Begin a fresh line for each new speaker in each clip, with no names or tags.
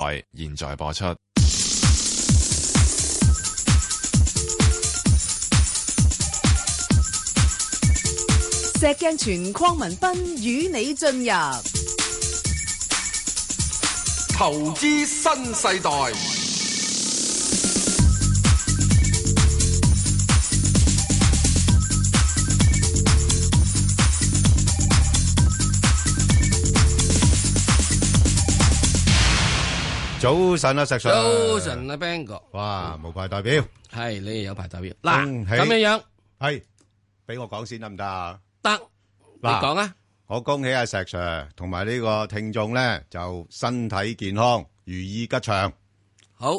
台，現在播出。
石鏡泉鄺民彬與你進入
投資新世代。
早晨啊，石 Sir。
早晨啊，Bang 哥，
哇，無牌代表
係你有排代表嗱，
恭喜
咁樣樣
係俾我講先得唔得啊？
得，你
嗱
講啊，
我恭喜阿石 Sir 同埋呢個聽眾咧，就身體健康，如意吉祥。
好，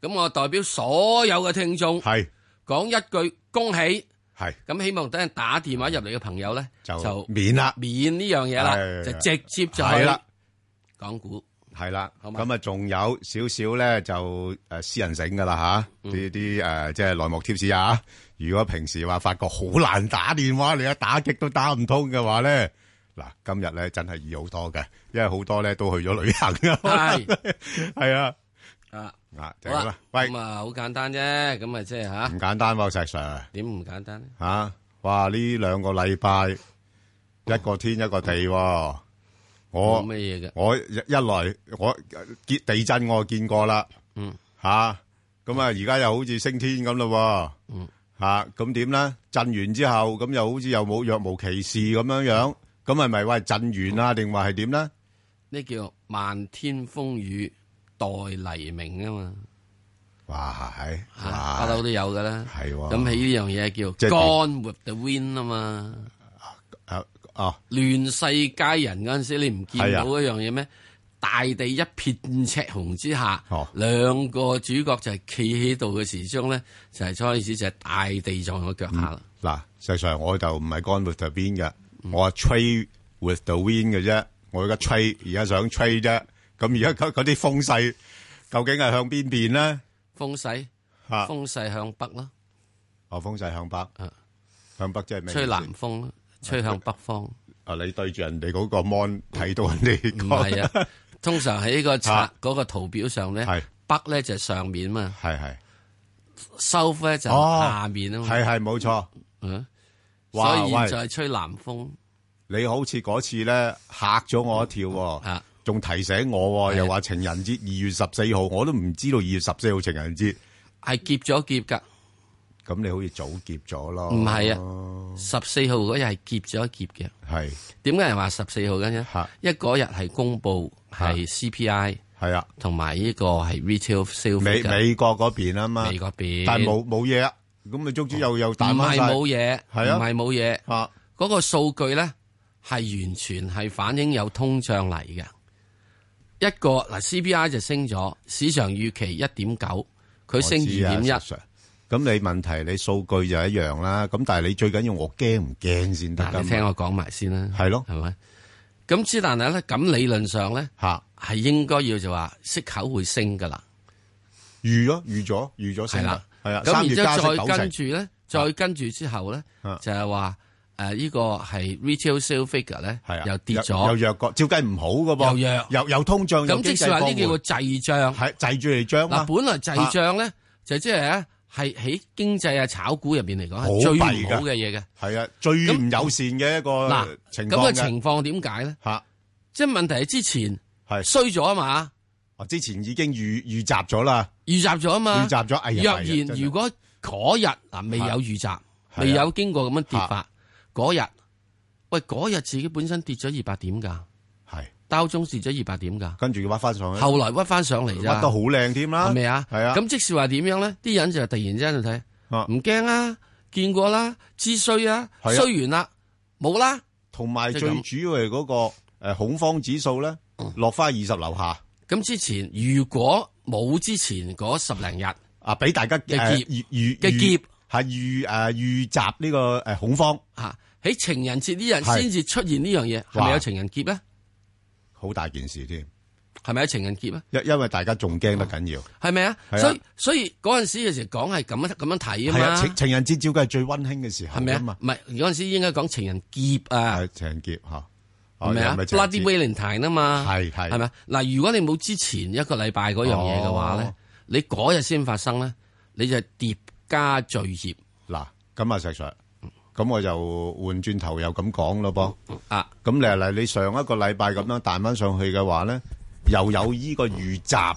咁我代表所有嘅聽眾
係
講一句恭喜，
係
咁希望等陣打電話入嚟嘅朋友咧
就免啦，
免呢樣嘢啦，
係
就直接就
係啦
去講股，
係啦。
好嘛
咁啊，仲有少少咧就誒私人醒噶啦吓，
嗯
呢啲誒即係內幕貼士啊。如果平時話發覺好難打電話，你一打極都打唔通嘅話咧，嗱今日咧真係易好多嘅，因為好多咧都去咗旅行啊。
係
係啊，
啊，
啊就
好
係咁啦
啦。，
喂
咁。啊好簡單啫，咁啊即係吓
唔簡單喎，石 Sir
點唔簡單咧？
吓、哇！呢兩個禮拜一個天一個地喎、我
冇乜嘢嘅，
我一一來我見地震我見過啦，
嗯
吓咁啊！而家又好似升天咁咯
嗯，
喎，吓咁點咧？震完之後咁又好似又冇若無其事咁樣樣，咁係咪喂震完啊？定話係點咧？
呢叫漫天風雨待黎明啊嘛，
哇！係
嚇不
哇
嬲都有噶啦。
係喎，
咁喺呢樣嘢
啊即
叫
係
Gone with the Wind 啊嘛，
啊哦
亂世佳人嗰陣時，你唔見
係
到
啊
一樣嘢咩？大地一片赤紅之下
哦，
兩個主角就係企喺度嘅時鐘咧，就係開始就係大地撞咗腳下啦。
嗱，實際上我就唔係 gone with the wind 嘅，我係 trade with the wind 嘅啫。我而家 trade，而家想 trade 啫。咁而家嗰嗰啲風勢究竟係向邊邊咧？
風勢
嚇，
風勢向北啦，
哦，風勢向北
啊，
向北即係咩意思？
吹南風啦，吹向北 方。唔
啊！你對住人哋嗰個 mon 睇到人哋個
嗯係啊，通常喺呢 個冊
嚇
嗰個圖表上咧
啊 係，
北咧就係上面嘛，
係係
收咧就係
哦
下面啊嘛
係係冇錯。
嗯。所
哇
以現
喂
在係吹南風。
你好似嗰次咧嚇咗我一跳喎，
啊，
仲提醒
係
我喎，
啊
又話情人節二月十四號，我都唔知道二月十四號情人節。
係劫咗劫噶，
咁你好似早劫咗咯？
唔係啊，十四號嗰日係劫咗劫嘅。
係
點解人話十四號嗰日
嚇？
一嗰日係公布係 CPI
係啊。
同埋呢個係 retail 消費
美
嘅
美國嗰邊啊嘛，
美國邊，
但係冇冇嘢啊，咁咪終之又又
唔
彈翻
係
晒
冇嘢，
係啊
唔係冇嘢，
啊，
嗰個數據咧係完全係反映有通脹嚟嘅。一個嗱 CPI 就升咗，市場預期一點九，佢升二點一
我知啊，石 Sir 咁你問題你數據就一樣啦，咁但係你最緊要我驚唔驚先得
嗱，
㗎
你聽
嘛？
我講埋先啦，
係咯
係咪？咁之但係咧，咁理論上咧
嚇
係應該要就話息口會升噶啦，
預咗預咗預咗
係
先
啦
啦，，係啊，
咁
三
然
月
之
加息
後
九
再跟
成，
住咧，再跟住之後咧
啊，
就係話誒呢個係 retail sale figure 咧
係啊，
又跌
又
咗，
弱過，照計唔好㗎噃，
又弱
又又通脹，
咁即
是
係話呢叫做滯脹。
係啊滯住嚟漲
嗱，
嘛，
本來滯脹咧就即係咧係喺經濟啊炒股入邊嚟講
好
係最唔
弊㗎
好嘅嘢嘅。
係啊，最唔友善嘅一個
嗱，咁
情況
嘅
嘅
情況點解咧？
嚇，
即係問題係之前
係
衰咗啊嘛，
我哦之前已經預預習咗啦，
預習咗啊嘛
預。習咗，哎呀，
若
哎
然
呀真係
如果嗰日嗱未有預習，
係啊
未有經過咁樣跌法，嗰日喂嗰日自己本身跌咗二百點㗎，
係。
兜中跌咗二百點㗎，
跟住屈翻上去，
後來屈翻上嚟
屈
咋
得，好靚添啦，
係咪啊？
係啊，
咁即是話點樣咧？啲人就突然之間就睇，
啊
唔驚啊，見過啦，知衰啊，
係啊
衰完啦，冇啦，
同埋
即係
最
咁嗯
主要係嗰個誒恐慌指數咧，落翻二十樓下
咁之前如果冇之前嗰十零日
啊，俾大家
嘅
誒
劫
預預
嘅劫
係預誒預習呢個誒恐慌，
嚇，喺情人節呢日
係
先至出現呢樣嘢，係咪
哇
有情人劫咧？
好大件事添，
係咪有情人劫咧？
因因為大家仲驚得緊要，
系咪啊？
係啊
所以所以嗰阵时嘅時講係咁樣咁样睇啊
係啊，
嘛
情，情人節照計係最温馨嘅時候
係咪
啊
啊
嘛？，
唔係嗰阵时應該講情人劫啊，
係情人節
係
嚇，
咪啊
哦有咩政治
？Bloody Valentine 啊嘛，
係係
係咪啊？嗱，如果你冇之前一個禮拜嗰樣嘢嘅話咧
哦，
你嗰日先發生咧，你就係疊加罪孽
嗱，咁啊，石Sir，咁我就換轉頭又咁講咯噃。
啊！
呃咁你嗱，你上一個禮拜咁樣彈返上去嘅話呢，又有依個預習，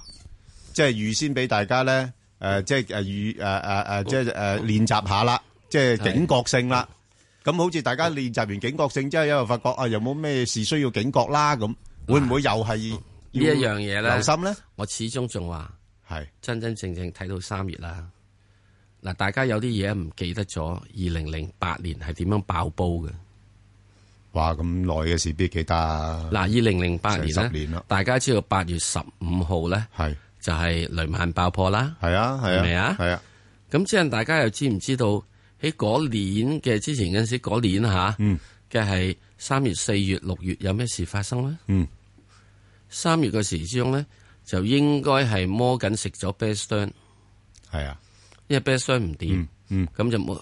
即係預先俾大家呢，誒，即係，誒，預-呃誒，誒，即係，誒，練習下啦，即係警覺性啦。咁好似大家練習完警覺性之後，又發覺，啊，又冇咩事需要警覺啦，咁。會唔會又係要
呢一樣嘢咧，
留心呢？
我始終仲話
係，
真真正正睇到三月啦。嗱，大家有啲嘢唔記得咗，二零零八年係點樣爆煲嘅？
哇，咁耐嘅事必記得啊。
嗱，二零零八
成
年
十
咧，
年啦
大家知道八月十五號咧
係，
就係雷曼爆破啦。
係啊，係啊，
係咪啊？
係啊，
咁即係大家又知唔知道喺嗰年嘅之前嗰陣時，嗰年啊吓
嗯
嘅係三月、四月、六月有咩事發生咧？
嗯，
三月嘅時之中咧，就應該係摩緊食咗 b e s t o n 因為 b e s t o n 唔掂，
啊嗯
咁就冇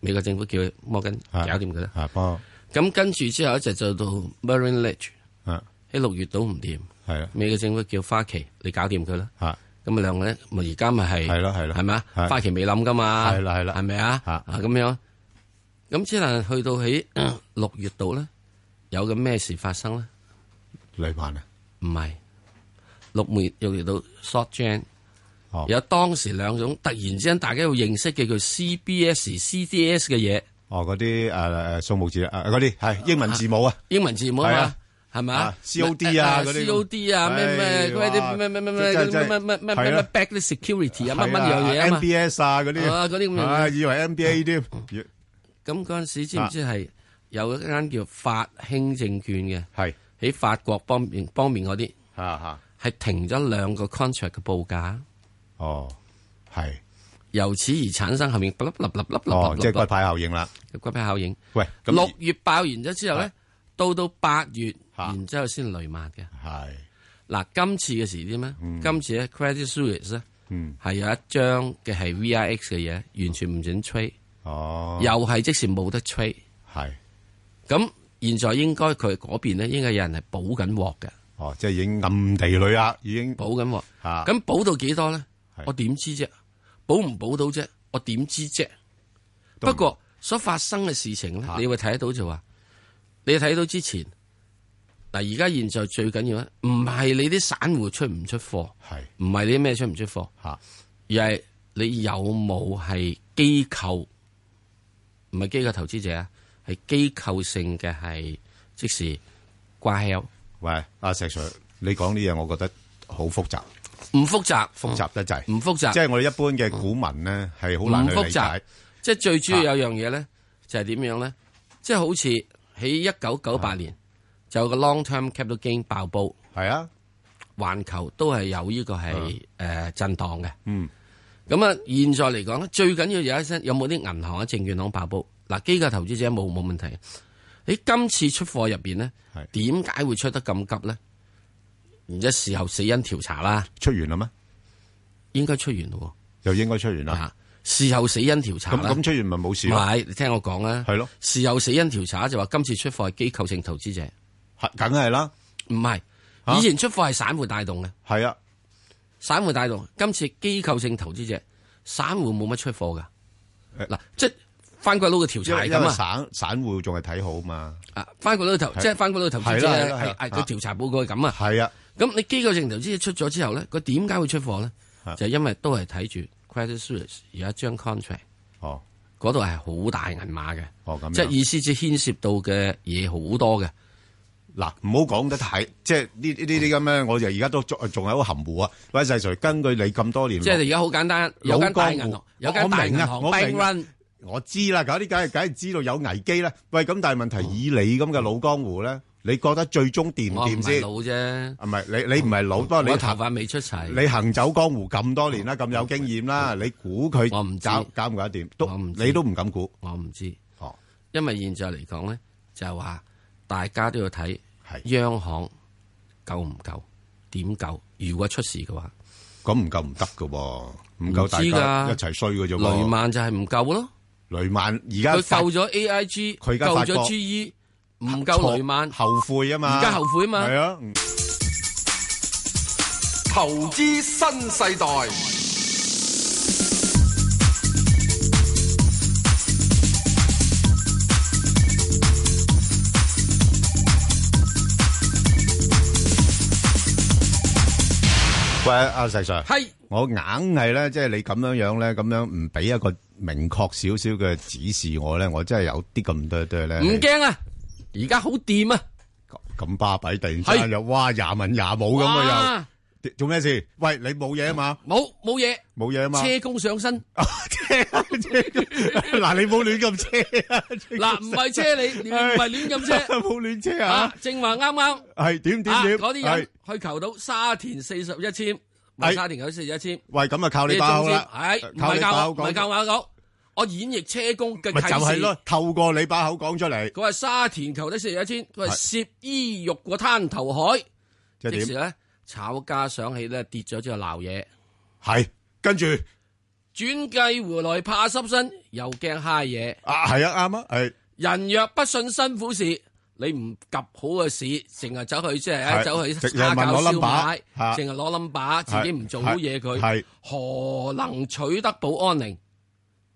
美國政府叫摩緊搞掂佢啦。
係啊，啊，幫我，啊，係啊，
咁跟住之後一直就到 Marine Ledge
啊
喺六月島唔掂，美國政府叫花旗你搞掂佢啦。
啊
咁啊兩個咧，咪而家咪係
係咯係咯
係咪啊？
係
花旗未諗噶嘛，
係啦係啦
係咪啊？
嚇
啊咁樣，咁只能去到喺咳 六月度咧，有個咩事發生咧？
雷曼啊，
唔係六月六月度 short jam，
哦
有當時兩種突然之間大家要認識嘅叫 CBS、CDS 嘅嘢，
哦嗰啲誒誒數目字啊，嗰啲係英文字母啊，
英文字母
係
啊
啊
嘛，係咪
啊 COD 啊嗰啲
COD 啊，咩咩
唉
嗰啲
哇
咩咩咩咩
真係
咩
真係
咩咩咩
係
咩
啦
back 啲 security 啊，乜乜樣嘢啊嘛。
，MBS 啊嗰
啊
啲，
嗰啲咁樣嘢嗯
啊以為 MBA 添，
咁嗰陣時
啊
知唔知係有一間叫法興證券嘅
係
喺法國方面方面嗰啲
嚇嚇，
係停咗兩個 contract 嘅報價，
哦係，
由此而產生後面粒粒粒粒粒
哦
粒
即係
粒
骨牌效應啦，
嘅骨牌效應。
喂咁啊
六月爆完咗之後咧，到到八月，
嚇
然之後先雷曼嘅。
係
嗱，今次嘅事啲咩？今次咧 Credit Suisse 咧
嗯
係有一張嘅係 VIX 嘅嘢，完全唔准 trade，
哦
又係即時冇得 trade。
係，
咁現在應該佢嗰邊咧應該有人係補緊鑊嘅。
哦即係已經暗地裏啦，已經
保緊喎。
嚇
哦咁保到幾多咧
啊係？
我點知啫？保唔保到啫？我點知啫？
都唔
不過所發生嘅事情咧
嚇，
你會睇得到就話，你睇到之前嗱，而家現在最緊要咧，唔係你啲散户出唔出貨，
係
唔係你啲咩出唔出貨，
嚇
而係你有冇係機構，唔係機構投資者啊，係機構性嘅係即時掛鈎，
喂阿石 Sir，你講呢嘢我覺得好複雜，
唔複雜，
複雜得滯，
唔複雜
即。係我哋一般嘅股民咧係好難
嗯
去
唔
理
複雜
解，
即係最主
啊
要有樣嘢咧，就係點樣咧？即係好似喺一九九
啊
八年就有個 long term capital gain 爆煲，
係啊，
環球都係有呢個係誒震盪嘅。
嗯，
咁啊，現在嚟講咧，最緊要有一聲有冇啲銀行啊、證券行爆煲？嗱，機構投資者冇冇問題？你今次出貨入邊咧
係，
點解會出得咁急咧？然之後事後死因調查啦，
出完啦咩？
應該出完咯
又應該出完
喎。
啦。
啊，事後死因調查
咁
啦
咁。出完咪冇事
唔
咯，
係，你聽我講啊啦。
係咯
事有死因調查就話今次出貨係機構性投資者，
係梗係啦，
唔係
啊
以前出貨係散户帶動嘅，
係啊，
散户帶動，今次機構性投資者，散户冇乜出貨噶。
誒
嗱，即係翻鬼佬嘅調
因
查
為
係
因為
咁啊
散散户仲係睇好嘛，
啊，翻鬼佬投
係
即係翻鬼佬投資者
係啦係
係
啦
係
係
個調查報告係咁啊。
係啊，
咁你機構性投資者出咗之後咧，佢點解會出貨咧？就係因為都係睇住 Credit Suisse 有一張 contract，
哦
嗰度係好大銀碼嘅，
哦咁
即係
樣，
意思即係牽涉到嘅嘢好多嘅。
嗱唔好講得太，即係呢呢呢啲咁樣，我就而家都仲仲係好含糊啊。喂，細 Sir，根據你咁多年，
即係而家好簡單，有間大銀
老江
行
湖，
有間大銀行
我明啊
bank
我
run，
我知啦，嗰啲梗係梗係知道有危機啦。喂，咁但係問題以你咁嘅老江湖咧，你覺得最終掂唔
嗯我唔
掂
係
先？
老
啊
啫，
唔係你你唔係老，不過你
我頭
行
髮未出齊，
你行走江湖咁多年啦，咁有經驗啦，你估佢
我唔知
搞搞唔搞得掂？都
我唔知
你都唔敢估，
我唔知，
哦
因為現在嚟講咧，就係話大家都要睇
係。
央行夠唔夠，點夠？如果出事嘅話，
咁唔夠唔得㗎喎，唔夠大
唔
家
知㗎。
一齊衰㗎啫喎。
雷曼就係唔夠咯，
雷曼而家
佢
發-
救咗 AIG，
佢而家
救
發覺
咗 GE，唔夠雷曼，
後悔啊嘛，
而家後悔啊嘛
係啊，嗯
投資新世代，
喂，阿石 Sir，
係
我硬係咧，即係你咁樣樣咧，咁樣唔俾一個明確少少嘅指示我咧，我真係有啲咁多多咧，
唔驚啊！而家好掂啊！
咁巴閉，突然之間
係
又哇廿文廿武咁啊
哇
又，做咩事？喂，你冇嘢啊嘛，
冇冇嘢，
冇嘢啊嘛，
車工上身
啊車車 嗱你冇亂咁車啊，車
嗱， 唔係車你，你
哎
唔係亂咁車
冇亂車啊
啊！，正話啱啱。
係點點
啊！
點，
嗰啲
係
人去求到沙田四十一簽，唔
係
係沙田九四一簽，
喂咁啊靠你把口啦，
係唔
靠
係
你
教
把口
我，唔係
講。
教我講，我演繹車工嘅
咪就
啟
係
示。
咯，透過你把口講出嚟，
佢話沙田求得四十一簽，佢話涉衣欲過灘頭海，即
即係
時
點？
咧炒家想起咧跌咗之後鬧嘢，
係跟住
轉計回來怕濕身，又驚嗨嘢。
啊，係啊，啱啊，係
人若不信辛苦事，你唔及好嘅事，淨係走去即
係
係哎走去
直
蝦
又
餃
問攞
燒
number，
賣，
嚇
淨係攞 number，自己唔做好嘢佢，
係係
何能取得保安寧？點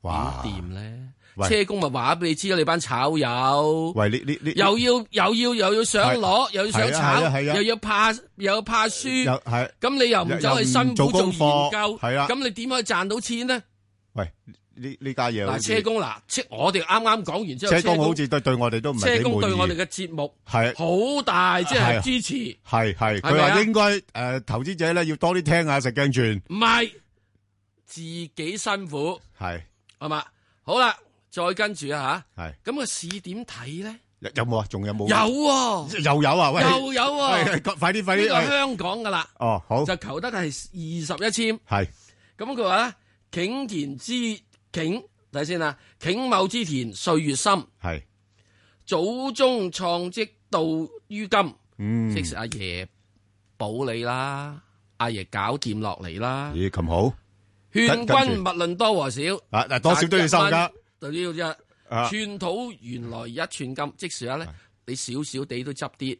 哇！
掂咧？
喂
車公咪話俾你知啦，你班炒友
喂，呢呢呢
又要又要又要想攞，又要想
係啊係啊
炒，
係啊
又要怕又要怕
又
輸，
係
咁你又唔走去
又
辛
又唔
苦
做
做
功
研
課
究，
係啊
咁你點可以賺到錢呢？
喂呢呢家嘢好
嗱，
似
車公嗱，即我哋啱啱講完之後，
車公好似對對我哋都唔係
車
幾
工對我
滿
哋
意，
嘅節目
係
好大，即
係啊
係支持。
係
係
係，佢
咪啊
話應該誒投資者咧要多啲聽下食鏡轉，
唔係自己辛苦
係
係嘛？好啦，再跟住啊
係
吓，咁個市點睇咧？
有有冇啊？仲有冇？
有喎，
又有啊！喂，
又有
喂
喎，呢
快啲快啲！
個
喂
香港噶啦，
哦，好
就求得係二十一簽。
係
咁佢話咧，景田之景睇先啊，景某之田歲月深，
係
祖宗創積到於今，
嗯，
即是阿爺保你啦，阿爺搞掂落嚟啦。
咦咁好
勸
跟跟
君勿論多和少，
啊！嗱，多少都要收㗎。
就呢度啫。
啊
寸土原來一寸金，即時咧，你少少地都執啲，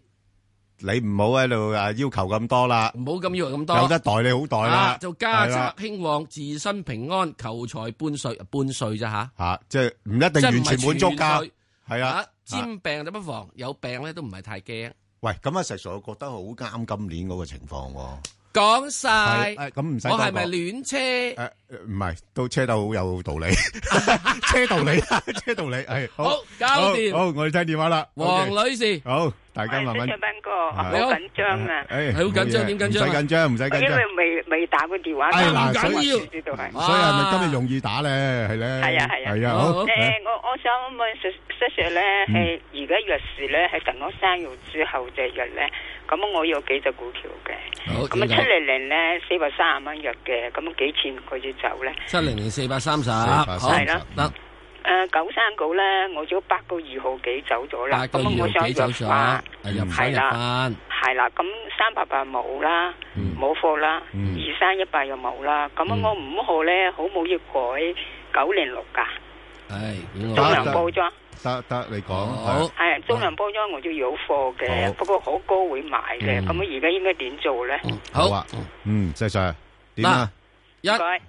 你唔好喺度啊要求咁多啦，
唔好咁以為咁多。
有得代你好代啦
啊，，就家
係啦
宅興旺，自身平安，求財半歲，半歲咋吓，
吓，即系唔一定完全滿足噶，係啊
啊，。兼病就不妨，有病咧都唔係太驚。
喂，咁啊，石 Sir，我覺得好啱今年嗰個情況喎。
講晒
係，誒咁唔使
我係
多
咪
講
亂車？
誒唔係，都車得好有道理， 車道理 啊，車道理係
好搞掂
好，好我哋聽電話啦。
黃
OK，
女士，
好，大家慢慢。
斌哥，我好
你好
緊張啊，
誒
好緊張點緊張啊
唔使緊張，唔使緊
因
張。
為未未打過電話，
哎
打
嗱
過
所以
電話先知道係。
哇
所以係咪今日容易打咧？係咧。
係啊係啊
係啊，
好
好。
誒，我我想問 Sir Sir 咧，
嗯
係而家若時咧，係等我生育之後隻藥咧，咁我有幾隻股票嘅，
好
咁啊
點
七
解？
零零咧四百三十蚊藥嘅，咁幾錢佢要走咧？
七零零四百三十，
430
好
係啦
得
誒九三九咧，我早八個二號幾走咗啦，
八個
咁啊
二
我
毫
想
幾
入
走咗，
啊
翻，
誒又唔想
係
入
啦。
翻。
系啦，咁三百八冇啦，冇貨啦，
嗯
二三一八又冇啦，咁
嗯
我五號咧好冇要改九零六噶，
唉，咁
中
得
糧
得
我
包裝
得得，你講。
好
係
係中糧包裝我都有貨
好
嘅，不過好高會買嘅，
嗯
咁我而家應該點做咧？
嗯
好
好
啊。嗯，石 Sir 點啊？
一
唔該，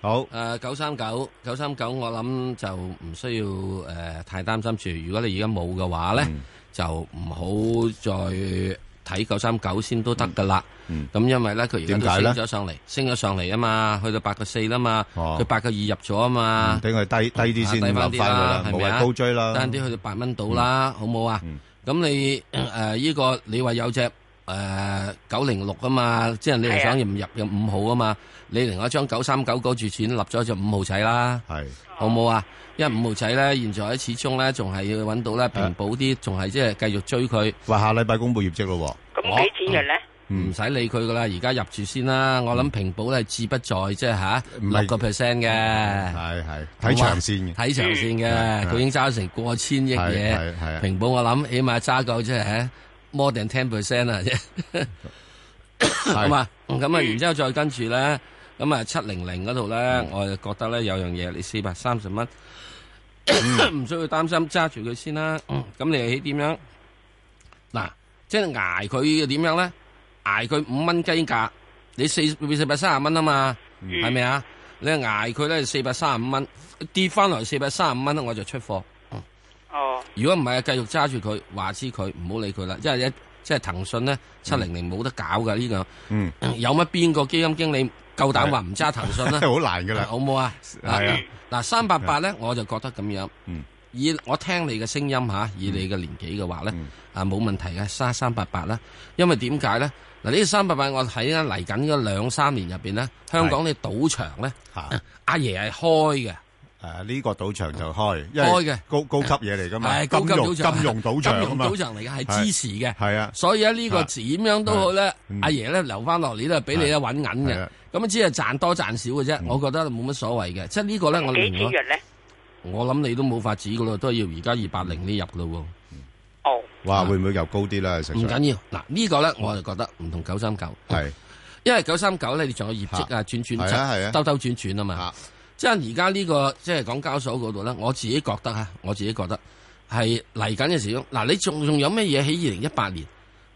好
誒九三九九三九，我諗就唔需要誒、呃太擔心住。如果你而家冇嘅話咧，
嗯
就唔好再睇九三九先都得噶啦。咁、
嗯
因為咧，佢而家
點解咧
都升咗上嚟，升咗上嚟啊嘛，去到八個四啦嘛，
哦
佢八個二入咗啊嘛，
俾佢低低啲先
啊
留
低
翻
返啲啦，，
佢啦無
係咪
謂
啊
高追啦。
單啲去到八蚊到
嗯
啦，好冇啊？咁你誒呢、個你話有隻誒九零六啊嘛，即係你又想入唔入入五號啊嘛？你另外一張九三九嗰注錢立咗隻五號仔啦。
係
好冇啊？因為五號仔咧，現在始終咧仲係要揾到咧平保
啊
啲，仲係即係繼續追佢，
喂，下禮拜公布業績咯
我
咁幾錢嘅咧？
嗯
唔使理佢噶啦。而家入住先啦。我諗平保咧志不在即係吓
唔係嗯
六個 percent
喎，
嘅，
係係睇長線嘅，
睇長線嘅，佢已經揸成過千億
嗯係係係啊
嘢。平保我諗起碼揸夠即係吓 more than ten percent 啊，啫。
係
咁啊，咁啊，然之後再跟住
嗯
咧，咁啊七零零嗰度咧，我就覺得咧有樣嘢，你四百三十蚊
嗯
唔需要擔心，揸住佢先啦。咁你係點樣？嗱，即係捱佢點樣咧？捱佢五蚊雞價，你四四百三十蚊啊嘛，係咪啊？你捱佢咧四百三十五蚊，跌翻落嚟四百三十五蚊咧，我就出貨。
哦，
如果唔係，繼續揸住佢，話知佢，唔好理佢啦。因為一即係騰訊咧，七零零冇得搞噶呢個。
嗯，
有乜邊個基金經理夠膽話唔揸騰 訊咧？
好難噶啦，
好冇啊？
係啊
嗱，三八八咧，我就覺得咁樣
嗯。
以我聽你嘅聲音吓，以你嘅年紀嘅話咧
嗯，
啊冇問題嘅，三三八八啦。因為點解咧？嗱，呢三八八我睇咧嚟緊嗰兩三年入邊咧，香港啲賭場咧，
吓。
阿爺係開嘅。
誒，呢個賭場就開，因為
開嘅。
高-高級嘢嚟㗎嘛，
係高級
啊金
賭場，
融-金融賭場啊嘛。
金融賭場嚟嘅係支持嘅，
係啊，
所以咧呢個點樣都好咧
嗯，
阿爺咧留翻落嚟都係俾你咧揾銀
係
嘅
啊，嗯
咁只係賺多賺少嘅啫，我覺得冇乜所謂嘅，即係呢個咧我
幾
另
節
外
約咧？
我諗你都冇法子噶咯，都係要而家二八零呢入咯
哦，
哇，會唔會又高啲啦，石
喎，唔
Sir？
緊要，嗱呢個咧我就覺得唔同九三九，
係，
因為九三九咧你仲有業績啊，轉
係啊係
轉
啊
兜兜轉轉啊嘛
啊，
即係而家呢個即係港交所嗰度咧，我自己覺得嚇，我自己覺得係嚟緊嘅時鐘。嗱，你仲仲有咩嘢喺二零一八年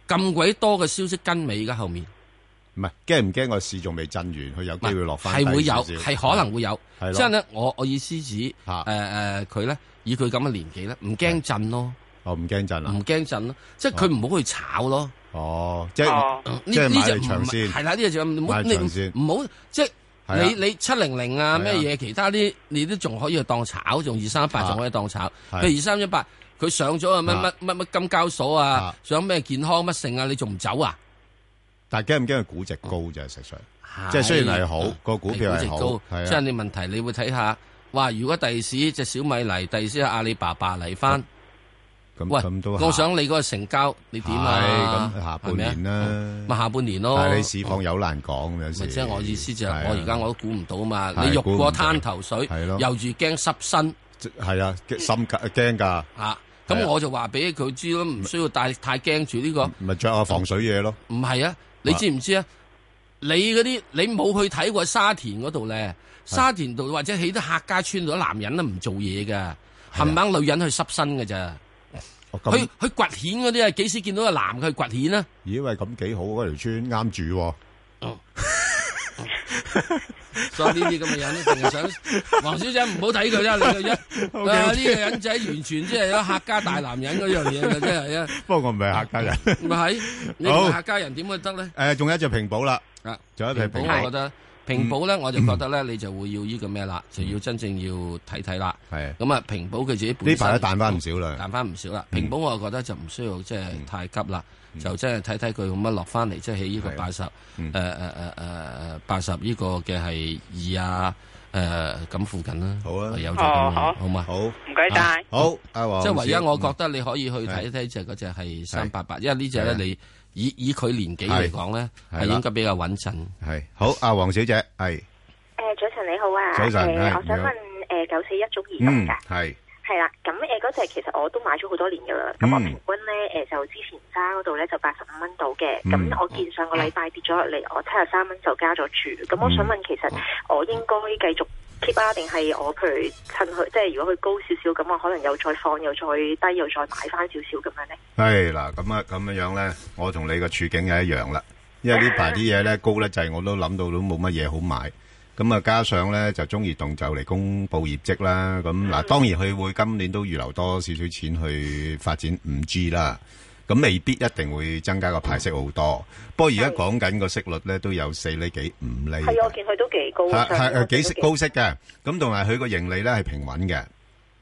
咁鬼多嘅消息跟尾而家後面，
唔係，驚唔驚個市仲未震完，佢有機會落返
係會有，
低少少？
係可能會有。
係咯
即係咧，我我意思指
嚇
誒誒佢咧，以佢咁嘅年紀咧，唔驚震咯，
哦，唔驚震啊？
唔驚震咯，即係佢唔好去炒咯。
哦，即係
哦，
呢
即係
呢
買
隻
嚟長
唔
線
係啦，呢隻就唔好
買嚟長線
你唔好即係。
係啊
你你七零零啊
係啊
咩嘢其他啲你都仲可以當炒，仲二三一八仲可以當炒。
係
譬如二三一八，佢上咗啊乜乜
啊
乜乜金交所啊
啊，
上咩健康乜剩啊，你仲唔走啊？
但係驚唔驚佢估值高啫，石 Sir？即係雖然係好
係啊
個股票係
估值
好
高
係啊
即係你問題你會睇下，哇！如果第時只小米嚟，第時阿里巴巴嚟翻，
咁-
喂，
咁都
我
下-
想你嗰個成交你點啊？
係，咁下半
係咪啊
年啦。
咪下半年咯。
但係你市況有難講，有時。
咪即係我意思就係，
係啊。
我而家我都估唔到嘛。
係
你浴
估唔
過
到
灘頭水，
係咯
又住驚濕身
係啊，驚-心急-驚㗎，咪着下防水嘢咯。
啊！
係
咁
啊
我就話俾佢知咯，唔需要太太驚住呢個。唔係啊，你
啊
知唔知啊？你嗰啲你冇去睇過沙田嗰度咧，沙田度或者喺啲客家村度，啲男人都唔做嘢噶，冚唪唥女人去濕身噶咋。
哦，咁
佢佢掘蜆嗰啲啊，幾時見到個男嘅去掘 蜆啊？
咦喂，咁幾好嗰條村啱住喎，
所以呢啲咁嘅人咧，淨係想黃小姐唔好睇佢啦，你 個樣
OK，OK
啊呢個人仔完全即係有客家大男人嗰樣嘢嘅，真 係啊，
不過我唔係客家人。
咪係你
好
個客家人點會得咧？
誒，仲有一隻平保啦，
啊，
仲有一隻
平保
平
我覺，
保
得平保咧，我就覺得咧，你就會要呢個咩啦，就要真正要睇睇啦。
係
咁啊，平保佢自己本
呢
身
排都嗯彈翻唔少啦。
彈翻唔少啦。平保我覺得就唔需要即係太急啦，就即係睇睇佢咁樣落翻嚟，即係喺呢個
嗯係
八十誒呃
嗯
誒誒誒誒呃八十呢個嘅係二啊誒咁附近啦。
好啊
有咗咁
哦好
樣好嘛？
好，
唔該晒。
好，阿黃
即係唯一
小
我
嗯
覺得你可以去睇睇就係嗰只係三八八，因為呢只咧
係啊
你以以佢年紀嚟講咧
係
係
啦
應該比較穩陣。
係好，阿黃小姐係，
誒，早晨你好啊，
早晨
誒
係
我想
你好
問誒九四一中移動
嗯
噶，
係
係啦，咁誒嗰隻其實我都買咗好多年噶啦，咁
嗯
我平均咧誒就之前揸嗰度咧就八十五蚊到嘅，咁
嗯
我見上個禮拜跌咗落嚟，我七十三蚊就加咗注，咁我想問其
嗯
實我應該繼續 keep 啊，定係我譬如趁佢即係如果佢高少少，咁我可能又再放，又再低，又再買翻少少咁樣咧？
係嗱，咁啊咁樣樣咧，我同你個處境係一樣啦，因為呢排啲嘢咧高得滯，我都諗到都冇乜嘢好買。咁啊，加上咧就中移動就嚟公布業績啦。咁嗱，當然佢會今年都預留多少少錢去發展五 G 啦。咁未必一定會增加個派息好多。不過而家講緊個息率咧都有四厘幾五厘㗎。
係啊，我見佢都幾高，
係
上年
係
我
誒幾
見
息
都
高息嘅，咁同埋佢個盈利咧係平穩嘅。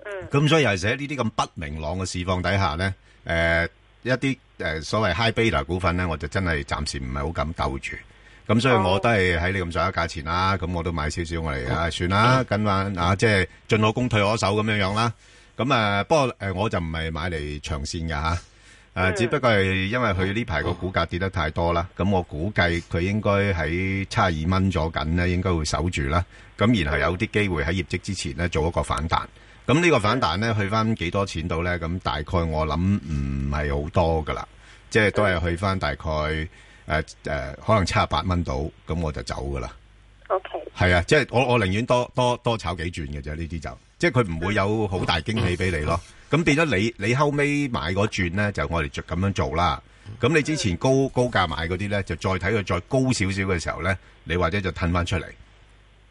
嗯
咁所以尤其是喺呢啲咁不明朗嘅市況底下咧，誒、一啲誒、所謂 high beta 股份咧，我就真係暫時唔係好敢鬥住。咁所以我都係喺你咁上下價錢啦，咁我都買少少我嚟啊，算啦，跟翻啊，即係進可攻退可守咁樣樣啦。咁啊，不過誒、我就唔係買嚟長線㗎嚇。誒、啊只不過係因為佢呢排個股價跌得太多啦，咁我估計佢應該喺差二蚊咗緊咧，應該會守住啦。咁然後有啲機會喺業績之前咧做一個反彈。咁呢個反彈咧去翻幾多錢到咧？咁大概我諗唔係好多噶啦，即係都係去翻大概誒誒、可能七十八蚊到，咁我就走噶啦。
OK，
係啊，即係我我寧願多多多炒幾轉嘅啫，呢啲就即係佢唔會有好大驚喜俾你咯。咁變咗你你後尾買嗰轉咧，就我哋就咁樣做啦。咁你之前高高價買嗰啲咧，就再睇佢再高少少嘅時候咧，你或者就褪翻出嚟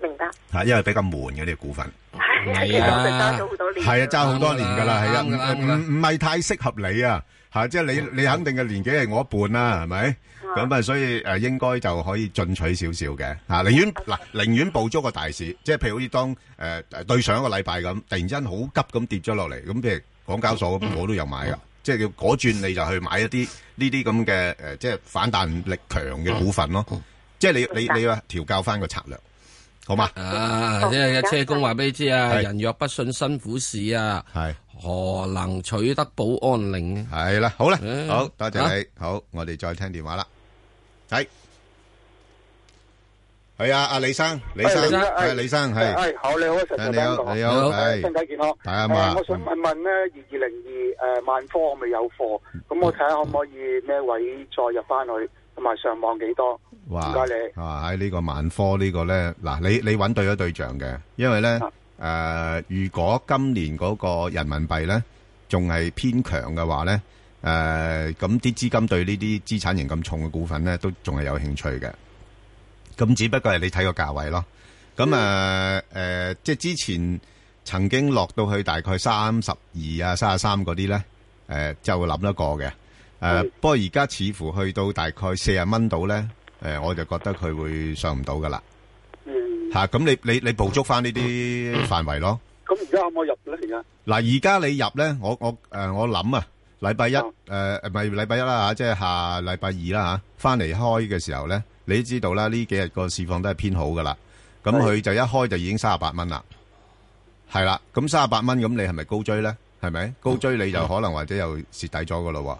明白。
嚇，因為比較悶嘅呢個股份。
啊
係啊，我哋揸咗好多年。
係啊，爭好多年㗎啦，係啊，
啱
唔
㗎啦啱㗎
唔
啦
唔係太適合你啊，嚇，即係你你肯定嘅年紀係我一半啦，係咪？咁啊，所以誒應該就可以進取少少嘅嚇，寧願嗱寧願捕捉個大市，即係譬如好似當誒誒對上一個禮拜咁，突然之間好急咁跌咗落嚟，咁譬如港交所咁，我都有買㗎。即係叫嗰轉你就去買一啲呢啲咁嘅誒，即係反彈力強嘅股份咯。即係你你你要調教翻個策略，好嘛？
哦
啊，即係車公話俾你知啊，
係
人若不信辛苦事啊，
係。
何能取得保安令啊呢？
系啦，好啦，
嗯
好多谢你，好，我哋再听电话啦，系，系啊，阿李生，李生，
李生
系李生，系，
系好，你好，石 Sir，
你好，你
你
好，
好
誒
系
身，體健康。
大家嘛
誒我想問問咧，二二零二誒萬科我未有貨，咁
嗯
我睇下可唔可以咩位再入翻去，同埋上網幾多？唔
哇
該你，
哇，喺呢個萬科呢個咧，嗱，你你揾對咗對象嘅，因為咧，誒
啊、
如果今年嗰個人民幣咧仲係偏強嘅話咧，誒咁啲資金對呢啲資產型咁重嘅股份咧，都仲係有興趣嘅。咁只不過係你睇個價位咯。咁
嗯
啊誒，即係之前曾經落到去大概三十二啊、三十三嗰啲咧，誒、就會諗得過嘅。誒、呃
嗯
不過而家似乎去到大概四十蚊度咧，誒、我就覺得佢會上唔到噶啦。
嗯，
嚇、咁你你你捕捉翻呢啲範圍咯。
咁而家可唔可以入咧？而家
嗱，而家你入咧，我我誒、我諗啊，禮拜一誒
哦
唔係禮拜一啦嚇，即係下禮拜二啦嚇，翻嚟開嘅時候咧，你都知道啦，呢幾日個市況都係偏好噶啦。咁
係
佢就一開就已經三十八蚊啦，係啦。咁三十八蚊，咁你係咪高追咧？係咪高追你
嗯
就可能或者又蝕底咗噶咯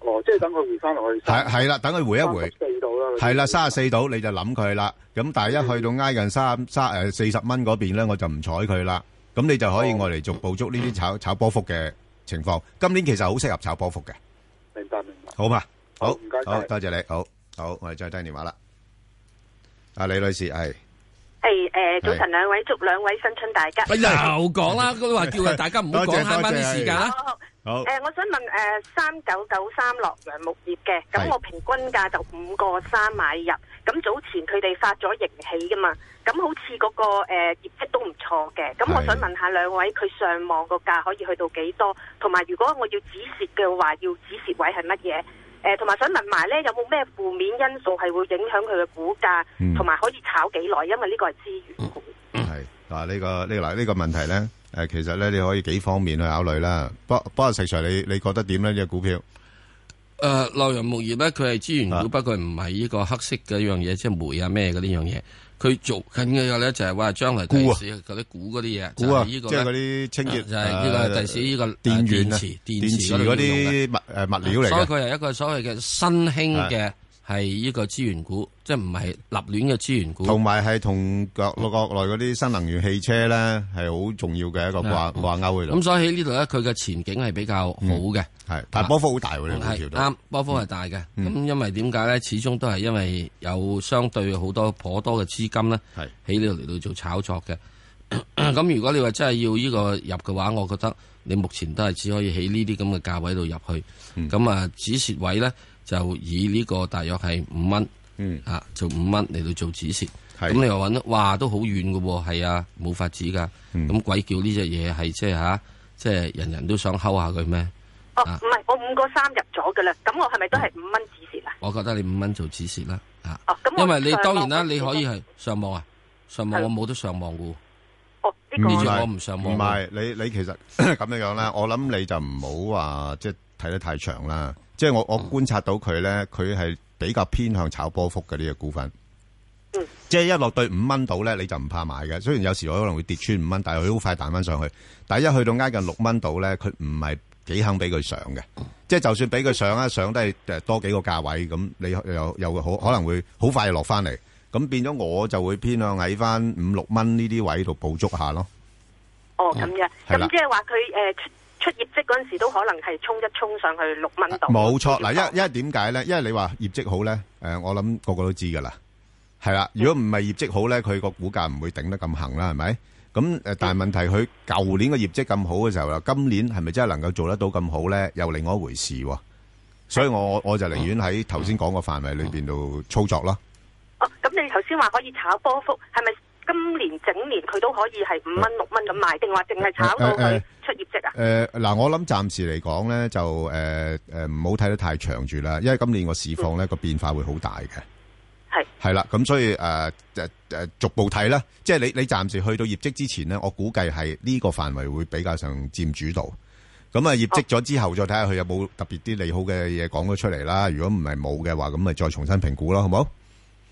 哦，即係等佢回翻落去。
喎。係係啦，等佢回一回。
四度啦。
係啦，34度你就諗佢啦。咁但係一去到挨近30 30誒40蚊嗰邊呢，我就唔睬佢啦。咁你就可以
哦。
用嚟做捕捉呢啲炒-炒波幅嘅情況。今年其實好適合炒波幅嘅，好嘛？
明白明白。
好，
唔該晒。
好，多謝你。好，好，我哋再聽電話啦。阿李女士，係，係，
係誒，
早晨
兩位，祝兩位新春大吉。
哎
哎
又講啦，都話叫大家唔好
多謝
講慳翻
多謝
啲時間啊啦。
好，
诶、我想問诶，三九九三洛陽木業嘅，
係
咁我平均價就五個三買入，咁早前佢哋發咗盈喜噶嘛，咁好似嗰、個个诶、業績都唔錯嘅，咁我
係
想問下兩位，佢上網個價可以去到幾多？同埋如果我要止蝕嘅話，要止蝕位係乜嘢？诶、同埋想問埋咧，有冇咩負面因素係會影響佢嘅股價
嗯，
同埋、可以炒幾耐？因為呢個係資源股。
係。嗱，呢個-呢個-嗱，呢個問題呢，誒，其實呢，你可以幾方面去考慮啦。不-不過，石Sir，你-你覺得點呢？呢個股票？
誒，洛陽木業咧，佢係資源
啊
股，不過唔係呢個黑色嘅一樣嘢，即係煤啊咩嗰啲樣嘢。佢做緊嘅咧就係話將來第
鈷啊
時嗰啲股嗰啲嘢，就
股啊，
係呢個咧
即係嗰啲清潔，
就係呢
誒，
個第時呢個誒
電源啊，
電池
電池
嗰度要用嘅
嗰啲物-誒，物料嚟嘅。啊
所以佢係一個所謂嘅新興嘅係呢個資源股，即係唔係立亂嘅資源股。
同埋係同國國內嗰啲新能源汽車咧係好重要嘅一個掛掛鈎喺
嗯咁
度，
所以喺呢度咧，佢嘅前景係比較好嘅，
係，但係波幅好大喎，呢個股
哦嗯係
票都
啱波幅係大嘅。
嗯
咁因為點解咧？始終都係因為有相對好多頗多嘅資金咧。
係
喺呢度嚟到做炒作嘅。 咁如果你話真係要呢個入嘅話，我覺得你目前都係只可以喺呢啲咁嘅價位度入去。
嗯
咁啊、止蝕位咧就以呢個大約係五蚊，
嗯
啊，做五蚊嚟到做止蝕。
係
咁你話揾得，哇，都好遠嘅喎，係啊，冇法子㗎。咁、
嗯
鬼叫呢只嘢係即係吓，即係人人都想睺下佢咩？
哦，
啊
唔係，我五個三入咗噶啦，咁我係咪都係五蚊止蝕啊？
我覺得你五蚊做止蝕啦，啊，
哦，咁我
因為你
上
當然
網
啦，
嗰
你可
時
以係上網啊，上網
係
我冇得上網嘅喎。
哦，呢、個
呢
唔
隻
係
我唔上網啊
唔係你你其實 咁樣樣啦，我諗你就唔好話即係睇得太長啦，即係我我
嗯
觀察到佢咧，佢係比較偏向炒波幅嘅呢個股份。即係一落對五蚊度咧，你就唔怕買嘅。雖然有時我可能會跌穿五蚊，但係佢好快彈翻上去。但係一去到挨近六蚊度咧，佢唔係幾肯俾佢上嘅。即係就算俾佢上啊，上都係誒多幾個價位咁，你又又會好可能會好快落翻嚟。咁變咗我就會偏向喺翻五六蚊呢啲位度捕捉下咯。
哦，咁樣，
係啦
咁即係話佢誒出出業績嗰陣時都可能係衝一衝上去六
啊
蚊度。
冇錯，嗱，因因為點解咧？因為你話業績好咧，誒，我諗個個都知㗎啦。系啦，如果唔係業績好咧，佢個股價唔會頂得咁行啦，係咪？咁诶，但系问题佢舊年嘅業績咁好嘅時候啦，今年係咪真係能夠做得到咁好咧？又另外一回事喎。所以我我就寧願喺頭先講個範圍裏邊度操作咯。
哦，咁你頭先話可以炒波幅，係咪今年整年佢都可以係五蚊六蚊咁買，定話淨係炒到
誒誒
佢
誒
出業績啊？
诶，呃嗱、我諗暫時嚟講咧，就诶诶，誒唔好睇得太長住啦，因為今年個市況咧個變化會好大嘅。
嗯係
系啦，咁所以诶诶诶，逐步睇啦。即係你你暫時去到業績之前咧，我估計係呢個範圍會比較上佔主導。咁啊，業績咗之後再睇下佢有冇特別啲利好嘅嘢講咗出嚟啦。如果唔係冇嘅話，咁咪再重新評估咯，好冇？